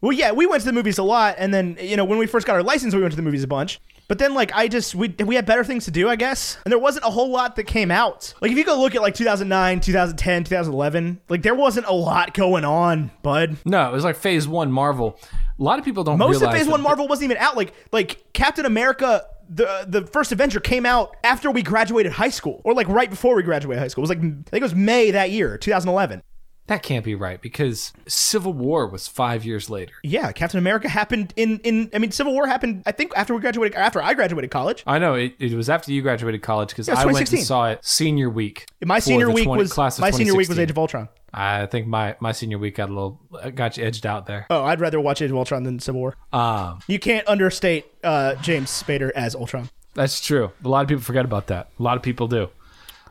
well, yeah, we went to the movies a lot, and then you know when we first got our license, we went to the movies a bunch. But then like I just we we had better things to do, I guess, and there wasn't a whole lot that came out. Like if you go look at like 2009, 2010, 2011, like there wasn't a lot going on, bud.
No, it was like phase one Marvel. A lot of people don't
Most of
realize
Phase
that-
One Marvel wasn't even out. Like like Captain America, the the first Avenger came out after we graduated high school, or like right before we graduated high school. It was like I think it was May that year, 2011.
That can't be right because Civil War was five years later.
Yeah, Captain America happened in in I mean Civil War happened I think after we graduated after I graduated college.
I know it, it was after you graduated college because
it was
I went and
2016.
saw it senior week.
My
for
senior
the
week
20
was
class of
my senior week was
2016.
Age of Ultron.
I think my my senior week got a little got you edged out there.
Oh, I'd rather watch Age of Ultron than Civil War.
Um,
You can't understate uh, James Spader as Ultron.
that's true. A lot of people forget about that. A lot of people do.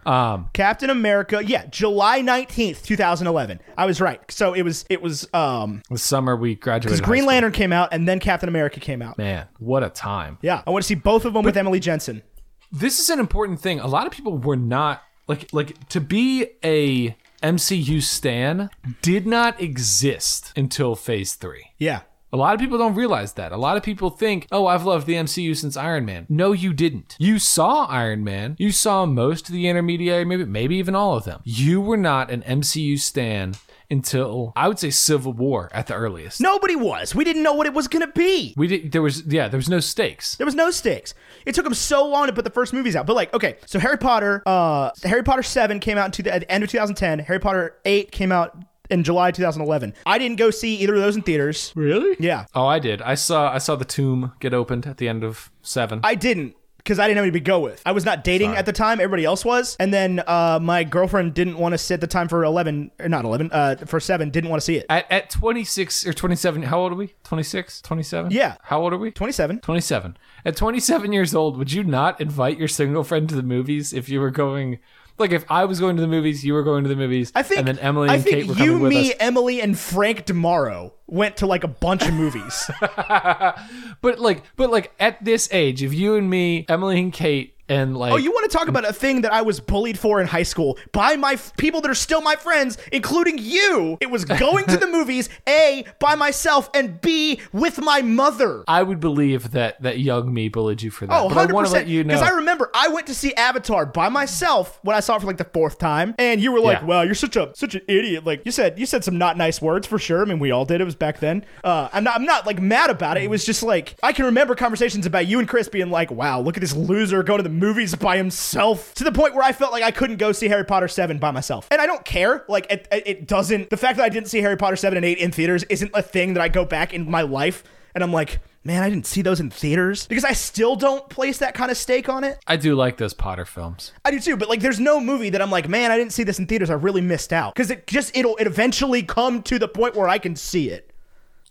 Um,
Captain America, yeah, July 19th, 2011. I was right. So it was it was um
the summer we graduated.
Because
high
Green
school.
Lantern came out and then Captain America came out.
Man, what a time!
Yeah, I want to see both of them with Emily Jensen.
This is an important thing. A lot of people were not like like to be a MCU stan did not exist until Phase Three.
Yeah.
A lot of people don't realize that. A lot of people think, oh, I've loved the MCU since Iron Man. No, you didn't. You saw Iron Man. You saw most of the intermediary, maybe, maybe even all of them. You were not an MCU stan until I would say Civil War at the earliest.
Nobody was. We didn't know what it was going to be.
We did there was yeah, there was no stakes.
There was no stakes. It took them so long to put the first movies out. But like, okay, so Harry Potter, uh, Harry Potter 7 came out in two, at the end of 2010. Harry Potter 8 came out in July 2011. I didn't go see either of those in theaters.
Really?
Yeah.
Oh, I did. I saw I saw the tomb get opened at the end of 7.
I didn't because I didn't have anybody to go with. I was not dating at the time. Everybody else was. And then uh, my girlfriend didn't want to sit the time for 11, or not 11, uh, for 7, didn't want to see it.
at, at 26 or 27, how old are we? 26, 27?
Yeah.
How old are we?
27.
27. At 27 years old, would you not invite your single friend to the movies if you were going? Like if I was going to the movies, you were going to the movies.
I think
and then Emily
I
and
think
Kate were
you,
coming with
me,
us.
Emily, and Frank Demaro went to like a bunch
[LAUGHS]
of movies.
But like, but like at this age, if you and me, Emily and Kate, and like,
oh, you want to talk about a thing that I was bullied for in high school by my f- people that are still my friends, including you? It was
[LAUGHS]
going to the movies a by myself and b with my mother.
I would believe that that young me bullied you for that.
Oh,
but I
100
want to
percent.
let you know.
Because I remember I went to see Avatar by myself when I saw it for like the fourth time, and you were like,
Yeah.
"Well, you're such a such an idiot." Like you said, you said some not nice words for sure. I mean, we all did. It was back then. Uh, I'm not I'm not like mad about it. It was just like I can remember conversations about you and Chris being like, "Wow, look at this loser going to the movies by himself." To the point where I felt like I couldn't go see Harry Potter seven by myself, and I don't care. Like it, it- it doesn't. The fact that I didn't see Harry Potter seven and eight in theaters isn't a thing that I go back in my life and I'm like, man, I didn't see those in theaters because I still don't place that kind of stake on it.
I do like those Potter films.
I do too, but like, there's no movie that I'm like, man, I didn't see this in theaters. I really missed out because it just it'll it eventually come to the point where I can see it.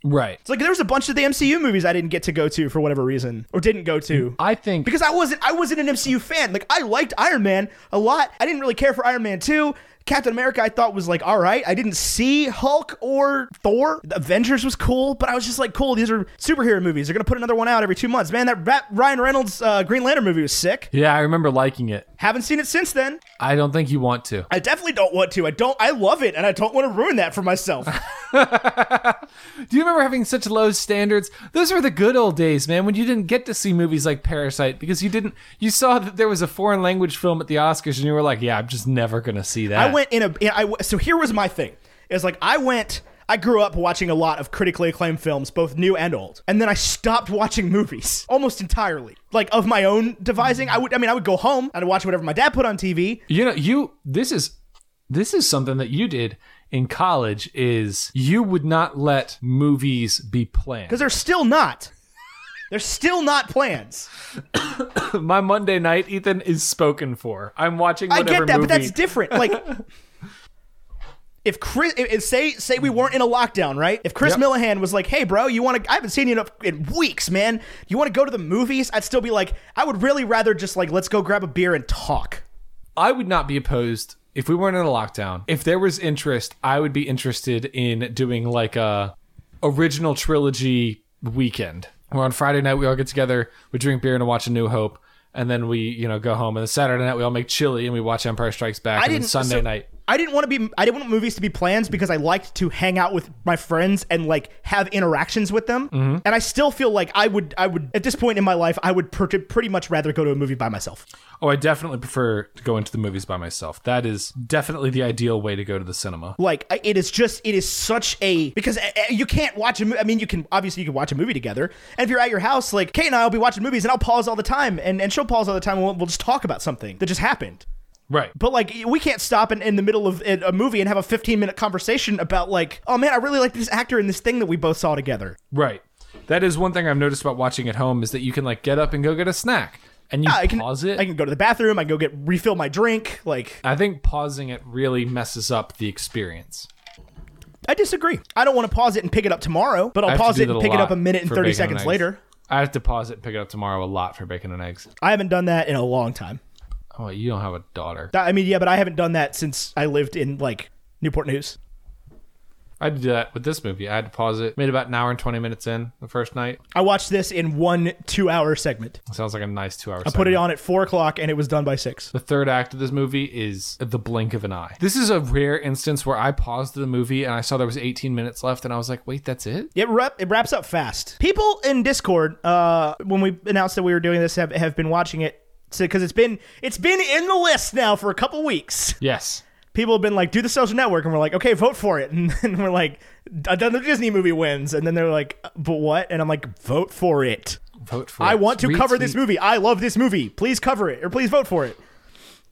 Right.
It's like there was a bunch of the MCU movies I didn't get to go to for whatever reason or didn't go to.
I think
because I wasn't I wasn't an MCU fan. Like I liked Iron Man a lot. I didn't really care for Iron Man 2. Captain America I thought was like all right. I didn't see Hulk or Thor. The Avengers was cool, but I was just like cool, these are superhero movies. They're going to put another one out every 2 months. Man, that Ra- Ryan Reynolds uh, Green Lantern movie was sick.
Yeah, I remember liking it.
Haven't seen it since then.
I don't think you want to.
I definitely don't want to. I don't I love it and I don't want to ruin that for myself.
Do you remember having such low standards? Those were the good old days, man, when you didn't get to see movies like Parasite because you didn't you saw that there was a foreign language film at the Oscars and you [LAUGHS] were like, yeah, I'm just never going to see that.
I went in a. in- I w- so here was my thing. It's like I went. I grew up watching a lot of critically acclaimed films, both new and old, and then I stopped watching movies [LAUGHS] almost entirely, like of my own devising. I would, I mean, I would go home, I'd watch whatever my dad put on TV.
You know, you this is this is something that you did in college is you would not let movies be planned.
Because they're still not. They're still not plans.
My Monday night, Ethan is spoken for. I'm watching
I
whatever
get that,
movie.
but that's different. Like,
[LAUGHS]
if Chris, if, if- say say we weren't in a lockdown, right? If Chris
Yep.
Millahan was like, "Hey, bro, you want to? I haven't seen you in, a- in weeks, man. You want to go to the movies?" I'd still be like, "I would really rather just like let's go grab a beer and talk."
I would not be opposed if we weren't in a lockdown. If there was interest, I would be interested in doing like a original trilogy weekend. Where on Friday night we all get together, we drink beer and watch A New Hope, and then we you know go home. And then Saturday night we all make chili and we watch Empire Strikes Back. and then Sunday
so
night.
I didn't want to be. I didn't want movies to be plans because I liked to hang out with my friends and like have interactions with them.
Mm-hmm.
And I still feel like I would. I would at this point in my life, I would per- pretty much rather go to a movie by myself.
Oh, I definitely prefer to go into the movies by myself. That is definitely the ideal way to go to the cinema.
Like I- it is just it is such a because uh, uh, you can't watch a movie. I mean, you can obviously you can watch a movie together, and if you're at your house, like Kate and I will be watching movies, and I'll pause all the time, and and she'll pause all the time, and we'll, we'll just talk about something that just happened.
Right.
But like we can't stop in, in the middle of a a movie and have a 15 minute conversation about like, oh man, I really like this actor in this thing that we both saw together.
Right. That is one thing I've noticed about watching at home is that you can like get up and go get a snack. And you
I can
pause it.
I can go to the bathroom. I can go get refill my drink. Like
I think pausing it really messes up the experience.
I disagree. I don't want to pause it and pick it up tomorrow, but
I
I'll
have to
pause
do
it
that
and pick it
lot
up a minute and
for
30
bacon
seconds
eggs.
later.
I have to pause it and pick it up tomorrow a lot for bacon and eggs.
I haven't done that in a long time.
Oh, you don't have a daughter.
That- I mean, yeah, but I haven't done that since I lived in like Newport News.
I had to do that with this movie. I had to pause it. Made about an hour and 20 minutes in the first night.
I watched this in one two hour segment.
Sounds like a nice two hour
I put it on at four o'clock and it was done by six.
The third act of this movie is the blink of an eye. This is a rare instance where I paused the movie and I saw there was 18 minutes left and I was like, wait, that's it?
It wrap, it wraps up fast. People in Discord, uh, when we announced that we were doing this, have, have been watching it because it's been it's been in the list now for a couple weeks.
Yes.
People have been like, "Do the social network," and we're like, "Okay, vote for it," [LAUGHS] and then we're like, "Another Disney movie wins," and then they're like, "But what?" And I'm like, "Vote for it."
Vote for
I
it.
want to cover
Retweet.
this movie. I love this movie. Please cover it or please vote for it.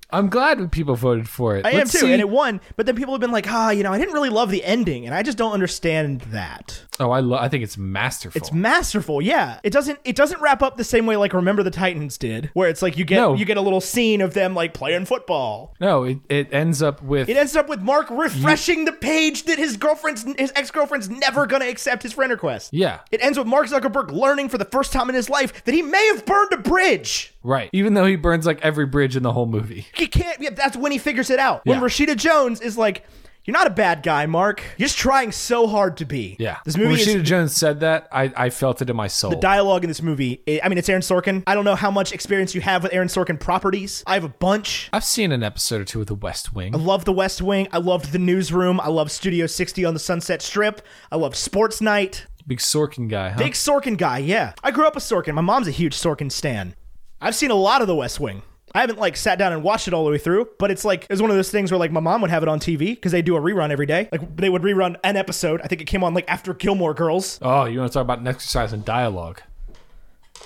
I'm glad when people voted for it.
I am too, and it won. But then people have been like, ah, you know, I didn't really love the ending, and I just don't understand that.
oh, I, lo- I think it's masterful.
It's masterful, yeah. It doesn't it doesn't wrap up the same way like Remember the Titans did, where it's like you get
No.
you get a little scene of them like playing football.
no, it, it ends up with.
It ends up with Mark refreshing the page that his girlfriend's his ex girlfriend's never gonna accept his friend request.
yeah.
It ends with Mark Zuckerberg learning for the first time in his life that he may have burned a bridge.
Right. Even though he burns like every bridge in the whole movie.
He can't. Yeah, that's when he figures it out. When
Yeah.
Rashida Jones is like, "You're not a bad guy, Mark. You're just trying so hard to be."
Yeah.
This movie
when Rashida
is.
Jones said that, I, I felt it in my soul.
Dialogue in this movie, I I mean, it's Aaron Sorkin. I don't know how much experience you have with Aaron Sorkin properties. I have a bunch.
I've seen an episode or two of The West Wing.
I love The West Wing. I loved The Newsroom. I love Studio 60 on the Sunset Strip. I love Sports Night.
Big Sorkin guy, huh?
Big Sorkin guy, yeah. I grew up with Sorkin. My mom's a huge Sorkin stan. I've seen a lot of The West Wing. I haven't like sat down and watched it all the way through, but it's like it's one of those things where like my mom would have it on TV because they do a rerun every day. Like they would rerun an episode. I think it came on like after Gilmore Girls.
oh, you want to talk about an exercise in dialogue?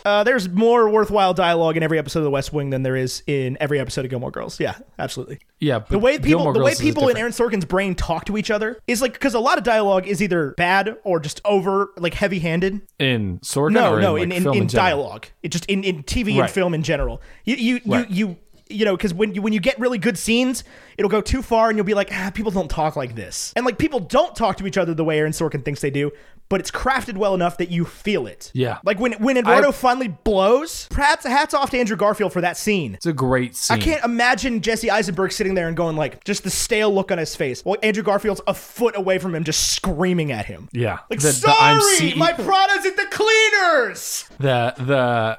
Uh, there's more worthwhile dialogue in every episode of The West Wing than there is in every episode of Gilmore Girls. Yeah, absolutely.
Yeah. But
The way people,
Gilmore
the way
Girls is
people in
different-
Aaron Sorkin's brain talk to each other is like because a lot of dialogue is either bad or just over like heavy-handed.
in Sorkin
No,
or
no,
in, like,
in, in,
film
in,
in general?
dialogue. It just in, in TV and
Right.
film in general. You you
Right.
you, you you know because when you when you get really good scenes, it'll go too far and you'll be like, ah, people don't talk like this, and like people don't talk to each other the way Aaron Sorkin thinks they do. But it's crafted well enough that you feel it.
Yeah.
Like when when Eduardo
I-
finally blows, perhaps hats off to Andrew Garfield for that scene.
It's a great scene.
I can't imagine Jesse Eisenberg sitting there and going like just the stale look on his face. Well, Andrew Garfield's a foot away from him, just screaming at him.
Yeah.
Like
The- the
sorry,
I'm C-
my product's at the cleaners.
the the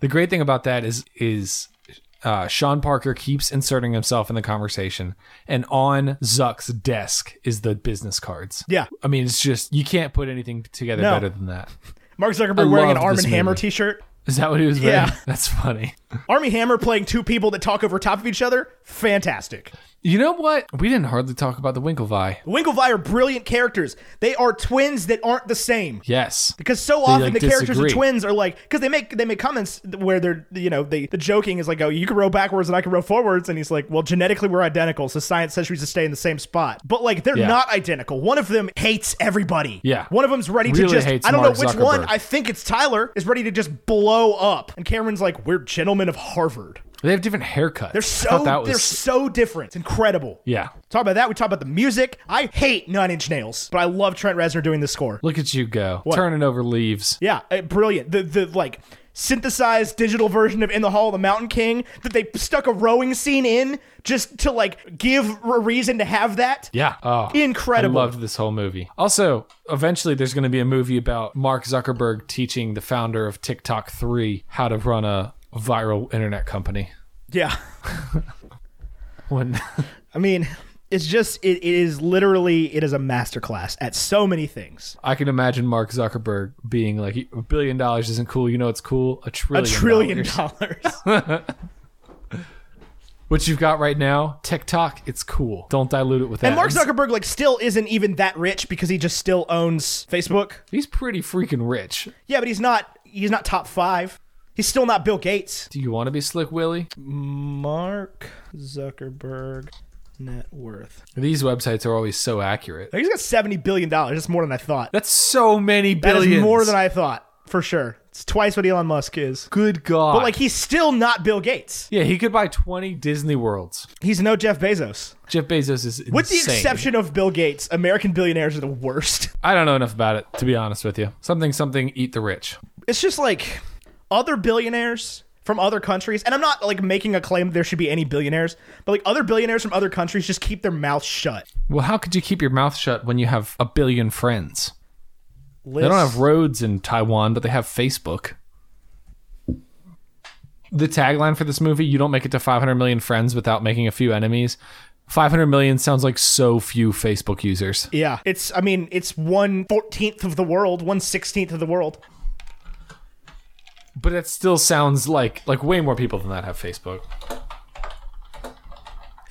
the great thing about that is is uh, Sean Parker keeps inserting himself in the conversation, and on Zuck's desk is the business cards.
Yeah.
I mean it's just you can't put anything together
No.
better than that.
Mark Zuckerberg wearing an
love
Arm and
this
Hammer
movie.
T-shirt.
Is that what he was wearing?
Yeah.
[LAUGHS] that's funny.
Army Hammer playing two people that talk over top of each other, fantastic.
You know what? We didn't hardly talk about the Winklevi.
The Winklevi are brilliant characters. They are twins that aren't the same.
Yes.
Because so
like,
often the characters
disagree.
of twins are like, because they make they make comments where they're you know they the joking is like, oh, you can row backwards and I can row forwards, and he's like, well, genetically we're identical, so science says we should stay in the same spot. But like they're
Yeah.
not identical. One of them hates everybody.
Yeah.
One of them's ready
Really
to just
hates
I don't
Mark
know which one.
Zuckerberg.
I think it's Tyler is ready to just blow up, and Cameron's like, we're gentlemen of Harvard.
They have different haircuts.
They're so
that was
they're so different. It's incredible.
Yeah.
Talk about that. We talk about the music. I hate Nine Inch Nails, but I love Trent Reznor doing the score.
Look at you go. Turning over leaves.
Yeah, uh, brilliant. The the like synthesized digital version of In the Hall of the Mountain King that they stuck a rowing scene in just to like give a reason to have that.
Yeah. Oh.
Incredible.
I loved this whole movie. Also, eventually there's going to be a movie about Mark Zuckerberg teaching the founder of TikTok 3 how to run a viral internet company.
yeah.
When
I mean, it's just it, it is literally it is a masterclass at so many things.
[LAUGHS] I can imagine Mark Zuckerberg being like a billion dollars isn't cool. You know it's cool? A
A
trillion.
trillion
dollars."
dollars. [LAUGHS]
What you've got right now, TikTok, it's cool. Don't dilute it with that.
and Mark Zuckerberg like still isn't even that rich because he just still owns Facebook.
He's pretty freaking rich.
Yeah, but he's not he's not top 5. He's still not Bill Gates.
Do you want to be Slick Willie?
Mark Zuckerberg net worth.
These websites are always so accurate.
Like, He's got seventy billion dollars. That's more than I thought.
That's so many
That is
billions.
more than I thought for sure. It's twice what Elon Musk is.
Good God.
But like, he's still not Bill Gates.
yeah, he could buy 20 Disney Worlds.
He's no Jeff Bezos.
Jeff Bezos is insane.
With the exception of Bill Gates, American billionaires are the worst. [LAUGHS]
I don't know enough about it, to be honest with you. Something, something, eat the rich.
It's just like other billionaires from other countries, and I'm not like making a claim that there should be any billionaires, but like other billionaires from other countries just keep their mouth shut.
Well, how could you keep your mouth shut when you have a billion friends?
Liz,
They don't have roads in Taiwan, but they have Facebook. The tagline for this movie, you don't make it to 500 million friends without making a few enemies. 500 million sounds like so few Facebook users.
Yeah, it's. I mean, it's one fourteenth of the world, one sixteenth of the world.
But it still sounds like like way more people than that have Facebook.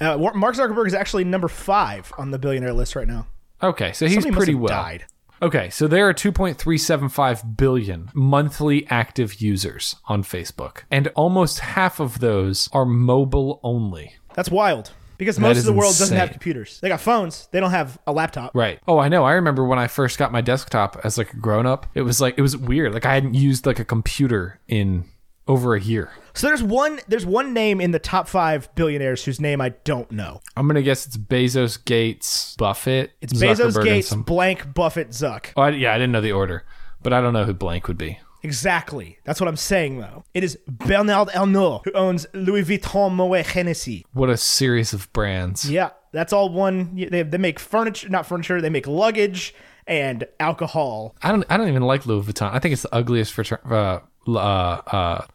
Uh, Wa- Mark Zuckerberg is actually number five on the billionaire list right now.
Okay, so he's
Somebody must
pretty
have
well.
died.
Okay, so there are 2.375 billion monthly active users on Facebook, and almost half of those are mobile only.
That's wild. Because most
is
of the world doesn't have
insane.
computers. They got phones. They don't have a laptop.
Right. Oh, I know. I remember when I first got my desktop as like a grown up. It was like it was weird. Like I hadn't used like a computer in over a year.
So there's one. There's one name in the top five billionaires whose name I don't know.
I'm gonna guess it's Bezos, Gates, Buffett. It's
Bezos, Gates, blank, Buffett, Zuck.
oh, I, yeah, I didn't know the order, but I don't know who blank would be.
Exactly. That's what I'm saying though. It is Bernard Arnault who owns Louis Vuitton Moet Hennessy.
What a series of brands.
Yeah, that's all one. They they make furniture, not furniture. They make luggage and alcohol.
I don't. I don't even like Louis Vuitton. I think it's the ugliest for. Uh, l- uh, uh,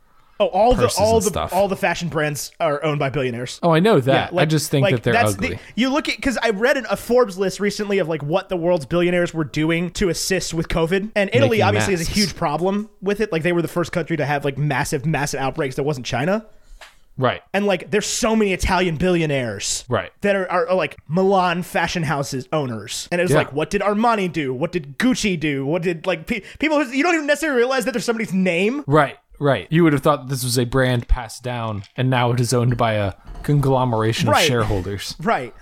Oh, all the
Purses
all
and
the
stuff.
all the fashion brands are owned by billionaires.
oh, I know that. I
Like-
just think
like,
that they're
that's
ugly.
The, you look at because I read an, a Forbes list recently of like what the world's billionaires were doing to assist with COVID, and Italy
Making
obviously is a
masks.
huge problem with it. Like they were the first country to have like massive, massive outbreaks that wasn't China,
right.
and like there's so many Italian billionaires
Right.
that are, are, are, like Milan fashion houses owners, and it's
Yeah.
like what did Armani do? What did Gucci do? What did like pe- people who you don't even necessarily realize that there's somebody's name.
Right. Right. You would have thought this was a brand passed down, and now it is owned by a conglomeration of
Right.
shareholders.
Right.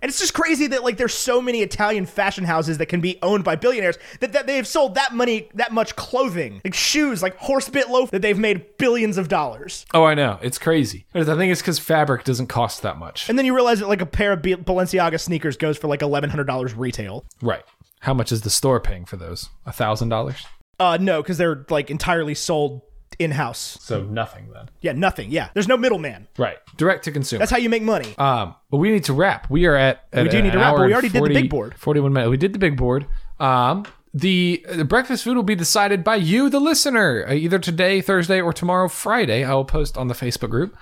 And it's just crazy that like there's so many Italian fashion houses that can be owned by billionaires that, that they've sold that money that much clothing, like shoes, like horsebit loaf that they've made billions of dollars.
Oh, I know. It's crazy. But the thing is, because fabric doesn't cost that much.
And then you realize that like a pair of B- Balenciaga sneakers goes for like eleven hundred dollars retail.
Right. How much is the store paying for those? A thousand dollars.
Uh, no, because they're like entirely sold in house.
So nothing then.
Yeah, nothing. Yeah, there's no middleman.
Right. Direct to consumer.
That's how you make money.
Um, but we need to wrap. We are at, at
do
an
need to wrap,
hour
but
and
we already did the big board.
Forty-one minutes. We did the big board. Um, the, the breakfast food will be decided by you, the listener, uh, either today, Thursday, or tomorrow, Friday. I will post on the Facebook group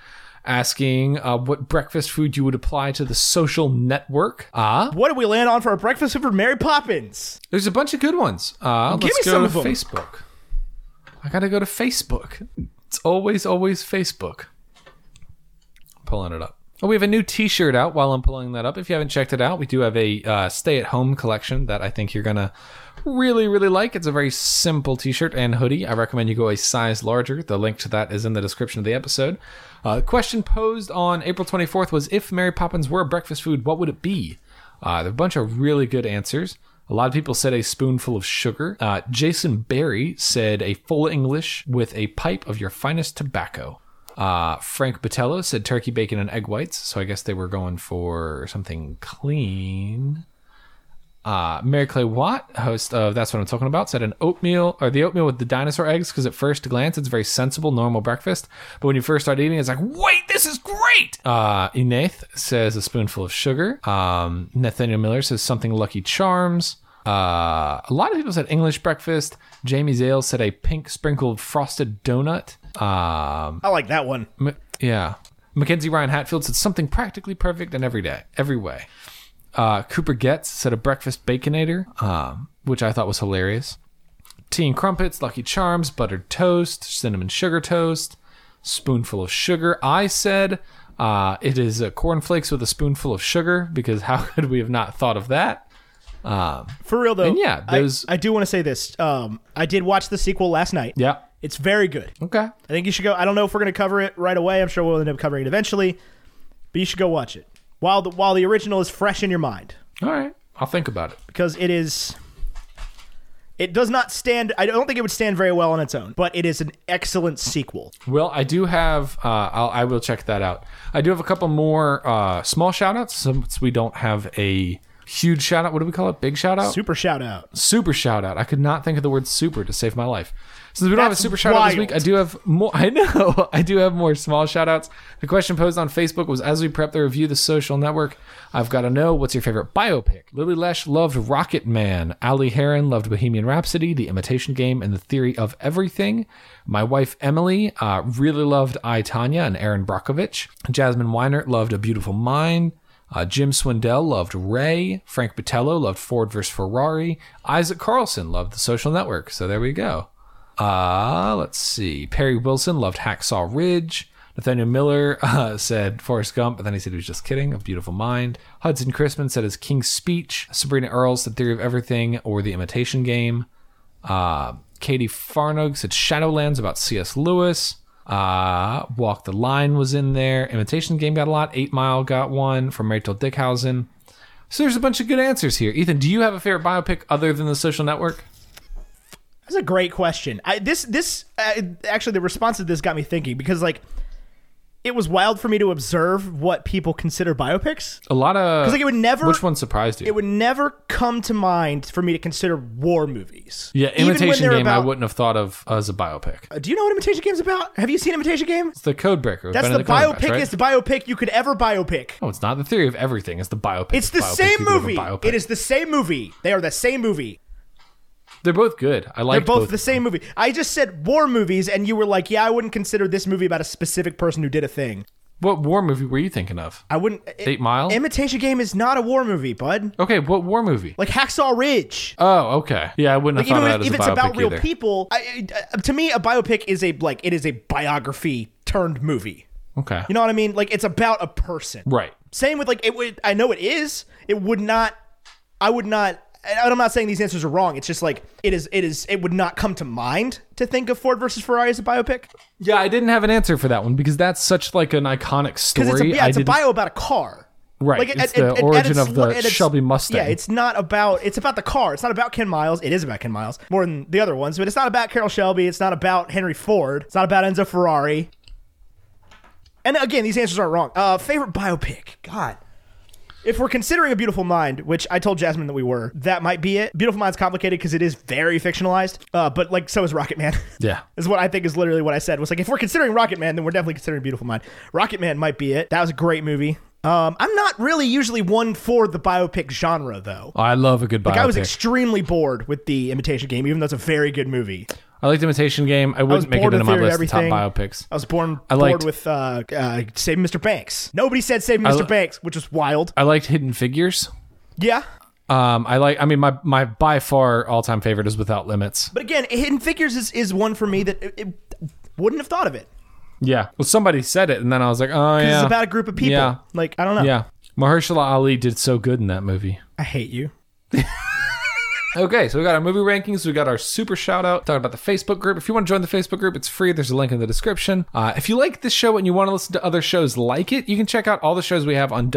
asking uh, what breakfast food you would apply to the social network. Ah,
what did we land on for our breakfast food for Mary Poppins?
there's a bunch of good ones. Uh,
Give
let's go
me some
to
of 'em.
Facebook. I gotta go to Facebook. It's always, always Facebook. Pulling it up. Oh, we have a new T-shirt out. While I'm pulling that up, if you haven't checked it out, we do have a uh, stay-at-home collection that I think you're gonna really, really like. It's a very simple T-shirt and hoodie. I recommend you go a size larger. The link to that is in the description of the episode. Uh, the question posed on April 24th was, if Mary Poppins were a breakfast food, what would it be? Uh, there are a bunch of really good answers. A lot of people said a spoonful of sugar. Uh, Jason Barry said a full English with a pipe of your finest tobacco. Uh, Frank Botello said turkey bacon and egg whites, so I guess they were going for something clean. Uh, Mary Clay Watt, host of That's What I'm Talking About, said an oatmeal or the oatmeal with the dinosaur eggs because at first glance it's very sensible, normal breakfast. But when you first start eating, it's like, wait, this is great. Uh, Ineth says a spoonful of sugar. Um, Nathaniel Miller says something Lucky Charms. Uh, a lot of people said English breakfast. Jamie Zale said a pink sprinkled frosted donut. Um,
I like that one.
M- yeah. Mackenzie Ryan Hatfield said something practically perfect and every day, every way. Uh, Cooper Getz said a breakfast baconator, um, which I thought was hilarious. Tea and crumpets, Lucky Charms, buttered toast, cinnamon sugar toast, spoonful of sugar. I said uh, it is uh, cornflakes with a spoonful of sugar because how [LAUGHS] could we have not thought of that?
For real though.
And yeah,
I-
those-
I, do want to say this. Um, I did watch the sequel last night.
Yeah.
It's very good.
Okay.
I think you should go. I don't know if we're going to cover it right away. I'm sure we'll end up covering it eventually, but you should go watch it while the while the original is fresh in your mind
All right. I'll think about it.
because it is. It does not stand. I don't think it would stand very well on its own, but it is an excellent sequel.
Well, I do have. Uh, I'll, I will check that out. I do have a couple more uh, small shout outs since we don't have a huge shout out. What do we call it? Big shout out? Super,
Super shout out.
shout out. I could not think of the word super to save my life. Since we don't have
That's
a super shout out this
wild.
week, I do have more. [LAUGHS] I know. I do have more small shout outs. The question posed on Facebook was as we prep the review, the social network, I've got to know what's your favorite biopic? Lily Lesh loved Rocket Man. Ali Heron loved Bohemian Rhapsody, The Imitation Game, and The Theory of Everything. My wife Emily uh, really loved I, Tanya and Aaron Brockovich. Jasmine Weinert loved A Beautiful Mind. Uh, Jim Swindell loved Ray. Frank Botello loved Ford vs. Ferrari. Isaac Carlson loved The Social Network. So there we go. Uh, let's see. Perry Wilson loved Hacksaw Ridge. Nathaniel Miller [LAUGHS] uh, said Forrest Gump, and then he said he was just kidding. A Beautiful Mind. Hudson Crispin said his King's Speech. Sabrina Earls, The Theory of Everything, or The Imitation Game. Uh, Katie Farnog said Shadowlands about C.S. Lewis. Uh, Walk the Line was in there. Imitation Game got a lot. Eight Mile got one from Rachel Dickhausen. So there's a bunch of good answers here. Ethan, do you have a favorite biopic other than The Social Network?
That's a great question. I, this this uh, actually the response to this got me thinking because like it was wild for me to observe what people consider biopics.
A lot of
'Cause, like, it would never-
Which one surprised you?
It would never come to mind for me to consider war movies.
yeah,
Even when
Imitation
they're
Game. I
about-
wouldn't have thought of as a biopic.
Uh, Do you know what Imitation Game's about? Have you seen Imitation Game?
It's the Codebreaker.
That's the
Cumberbatch, right?
biopicest biopic you could ever biopic.
No, it's not the theory of everything. It's the biopic.
It's the
Biopic,
same
you could have a
movie.
biopic.
It is the same movie. They are the same movie.
They're both good. I like
They're both the same movie. I just said war movies, and you were like, "Yeah, I wouldn't consider this movie about a specific person who did a thing."
What war movie were you thinking of?
I wouldn't.
Eight Mile?
Imitation Game is not a war movie, bud.
Okay, what war movie?
Like Hacksaw Ridge.
Oh, okay. Yeah, I wouldn't have thought
Even if,
of that as
if
a
it's
biopic
about real
either.
people, I, I- uh, to me, a biopic is a like it is a biography turned movie.
Okay.
You know what I mean? Like it's about a person.
right.
Same with like it would. I know it is. It would not. I would not. And I'm not saying these answers are wrong. It's just like it is. It is. It would not come to mind to think of Ford versus Ferrari as a biopic
Yeah, I didn't have an answer for that one because that's such like an iconic story.
because it's a yeah,
I
it's a
didn't-
bio about a car.
Right,
at-
it's
at-
the
at- at
origin
its
of the
lo- at its-
Shelby Mustang.
Yeah, it's not about. It's about the car. It's not about Ken Miles. It is about Ken Miles more than the other ones, but it's not about Carol Shelby. It's not about Henry Ford. It's not about Enzo Ferrari. And again, these answers aren't wrong. Uh, favorite biopic? God. If we're considering A Beautiful Mind, which I told Jasmine that we were, that might be it. Beautiful Mind's complicated because it is very fictionalized, uh, but like so is Rocket Man. [LAUGHS]
Yeah.
is what I think is literally what I said. Was like if we're considering Rocket Man, then we're definitely considering Beautiful Mind. Rocket Man might be it. That was a great movie. Um, I'm not really usually one for the biopic genre though.
Oh, I love a good biopic.
Like I was extremely bored with the Imitation Game, even though it's a very good movie.
I liked Imitation Game. I wouldn't make it
bored
into
with
my
Theory
list
of
of top
Everything.
biopics.
I was born
liked-
bored with uh, uh, Saving Mr. Banks. Nobody said Saving Mr.
li-
Banks, which was wild.
I liked Hidden Figures.
Yeah.
Um, I like. I mean, my my by far all time favorite is Without Limits.
But again, Hidden Figures is, is one for me that it, it- Wouldn't have thought of it.
Yeah. Well, somebody said it, and then I was like, oh, yeah.
It's about a group of people.
Yeah.
Like, I don't know.
yeah. Mahershala Ali did so good in that movie.
I hate you.
Okay, so we got our movie rankings. We got our super shout out. Talking about the Facebook group. If you want to join the Facebook group, it's free. There's a link in the description. Uh, if you like this show and you want to listen to other shows like it, you can check out all the shows we have on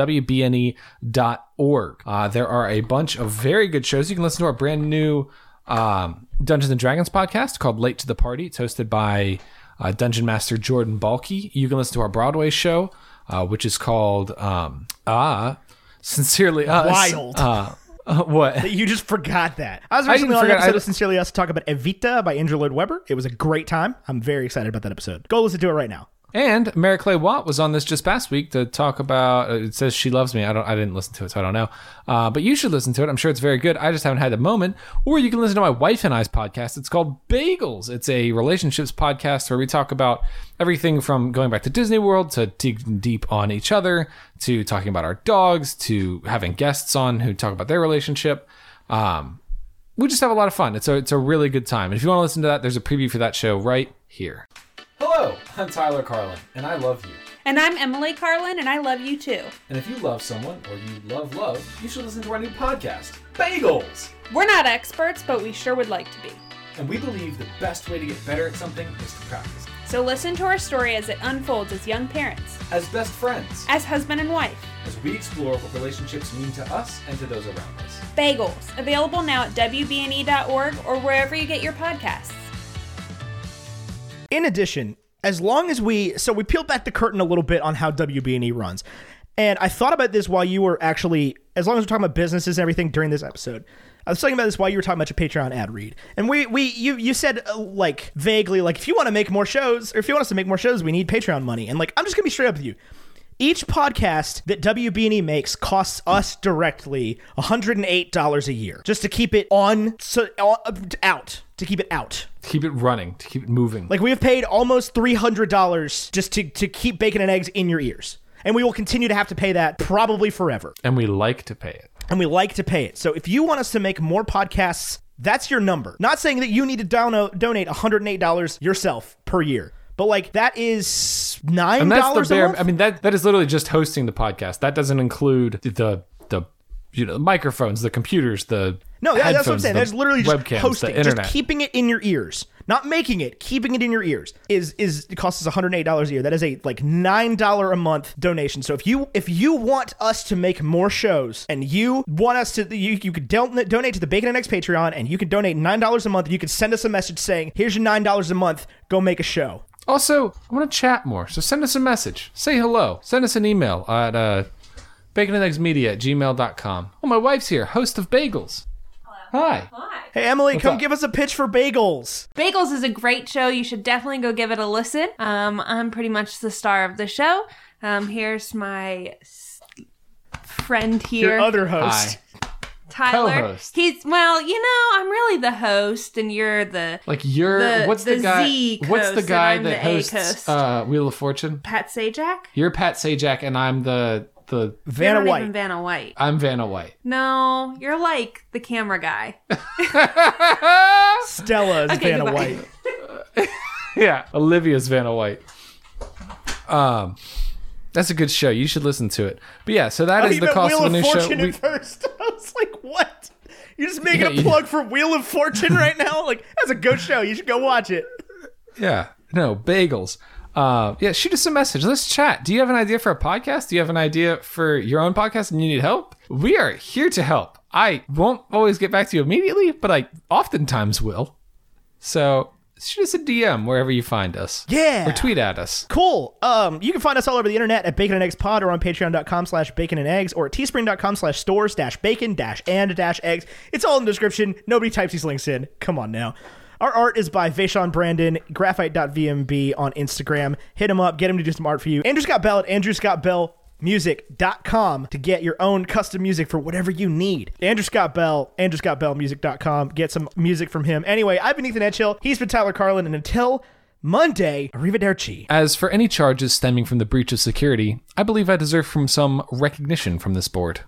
WBNE.org. E Uh, there are a bunch of very good shows. You can listen to our brand new um, Dungeons and Dragons podcast called Late to the Party. It's hosted by uh, Dungeon Master Jordan Balky. You can listen to our Broadway show, uh, which is called um, Ah, Sincerely Us.
Wild.
Uh, [LAUGHS] uh, what?
[LAUGHS] You just forgot that. I was
I
recently
didn't
on an
forget-
episode
I-
of Sincerely Us to talk about Evita by Andrew Lloyd Webber. It was a great time. I'm very excited about that episode. Go listen to it right now.
And Mary Clay Watt was on this just past week to talk about. uh, It says she loves me. I don't. I didn't listen to it, so I don't know. Uh, but you should listen to it. I'm sure it's very good. I just haven't had the moment. Or you can listen to my wife and I's podcast. It's called Bagels. It's a relationships podcast where we talk about everything from going back to Disney World to digging deep on each other to talking about our dogs to having guests on who talk about their relationship. Um, we just have a lot of fun. It's a it's a really good time. And if you want to listen to that, there's a preview for that show right here. Hello, I'm Tyler Carlin, and I love you.
And I'm Emily Carlin, and I love you too.
And if you love someone or you love love, you should listen to our new podcast, Bagels.
We're not experts, but we sure would like to be.
And we believe the best way to get better at something is to practice.
So listen to our story as it unfolds as young parents,
As best friends,
as husband and wife.
as we explore what relationships mean to us and to those around us.
Bagels, available now at WBNE.org E or wherever you get your podcasts.
In addition, as long as we so we peeled back the curtain a little bit on how WB&E E runs. And I thought about this while you were actually as long as we're talking about businesses and everything during this episode. I was talking about this while you were talking about your Patreon ad read. And we we you you said uh, like vaguely like if you want to make more shows or if you want us to make more shows, we need Patreon money. And like I'm just going to be straight up with you. Each podcast that WB&E E makes costs us directly $108 a year just to keep it on so on- out, to keep it out.
To keep it running, to keep it moving.
Like we have paid almost three hundred dollars just to to keep bacon and eggs in your ears, and we will continue to have to pay that probably forever.
and we like to pay it.
And we like to pay it. So if you want us to make more podcasts, that's your number. Not saying that you need to dono- donate one hundred and eight dollars yourself per year, but like that is nine
And that's
dollars
the
a
bare
month.
I mean that that is literally just hosting the podcast. That doesn't include the the you know, the microphones, the computers, the
no, that- that's
headphones,
what I'm saying.
the
That's literally just
webcams,
hosting,
the internet.
just keeping it in your ears, not making it, keeping it in your ears is is it costs us 108 dollars a year. That is a like nine dollar a month donation. So if you if you want us to make more shows and you want us to you you could del- donate to the Bacon and Eggs Patreon and you can donate nine dollars a month. You can send us a message saying here's your nine dollars a month. Go make a show.
Also, I want to chat more, so send us a message. Say hello. Send us an email at uh, baconandeggsmedia at gmail.com. Oh, my wife's here, host of Bagels. Hello. Hi.
Hey Emily, come
up?
give us a pitch for bagels.
Bagels is a great show. You should definitely go give it a listen. Um, I'm pretty much the star of the show. Um, here's my s- friend here,
Your other
Hi.
host.
Tyler.
co-host.
He's well, you know, I'm really the host, and you're the
Like you're
The-
what's the,
the
guy?
Z
what's the
coast,
guy
and I'm
that
the A
hosts
coast.
uh, Wheel of Fortune?
Pat Sajak.
You're Pat Sajak, and I'm the the
You're
Vanna
not
White.
even Vanna White.
I'm Vanna White.
No, you're like the camera guy.
Stella is
[LAUGHS] Okay,
Vanna
goodbye.
White.
yeah, Olivia's Vanna White. Um, that's a good show. You should listen to it. But yeah, so that
I
is
mean,
the
that
cost
Oh, Wheel
of a new show.
Fortune
We-
at first. [LAUGHS] I was like, what? You're just making
Yeah,
a
you-
plug for Wheel of Fortune right now? Like, that's a good show. You should go watch it.
Yeah. No, bagels. Uh, yeah, shoot us a message. Let's chat. Do you have an idea for a podcast? Do you have an idea for your own podcast and you need help? We are here to help. I won't always get back to you immediately, but I oftentimes will. So shoot us a DM wherever you find us.
Yeah.
Or tweet at us.
Cool. Um, you can find us all over the internet at Bacon and Eggs Pod or on patreon.com slash bacon and eggs or at teespring.com slash stores dash bacon dash and dash eggs. It's all in the description. Nobody types these links in. Come on now. Our art is by Vaishon Brandon, graphite.vmb on Instagram. Hit him up, get him to do some art for you. Andrew Scott Bell at Andrew Scott Bell music.com to get your own custom music for whatever you need. Andrew Scott Bell, Andrew Scott Bell music.com. Get some music from him. Anyway, I've been Ethan Edgehill. He's been Tyler Carlin. And until Monday, arrivederci.
As for any charges stemming from the breach of security, I believe I deserve from some recognition from this board.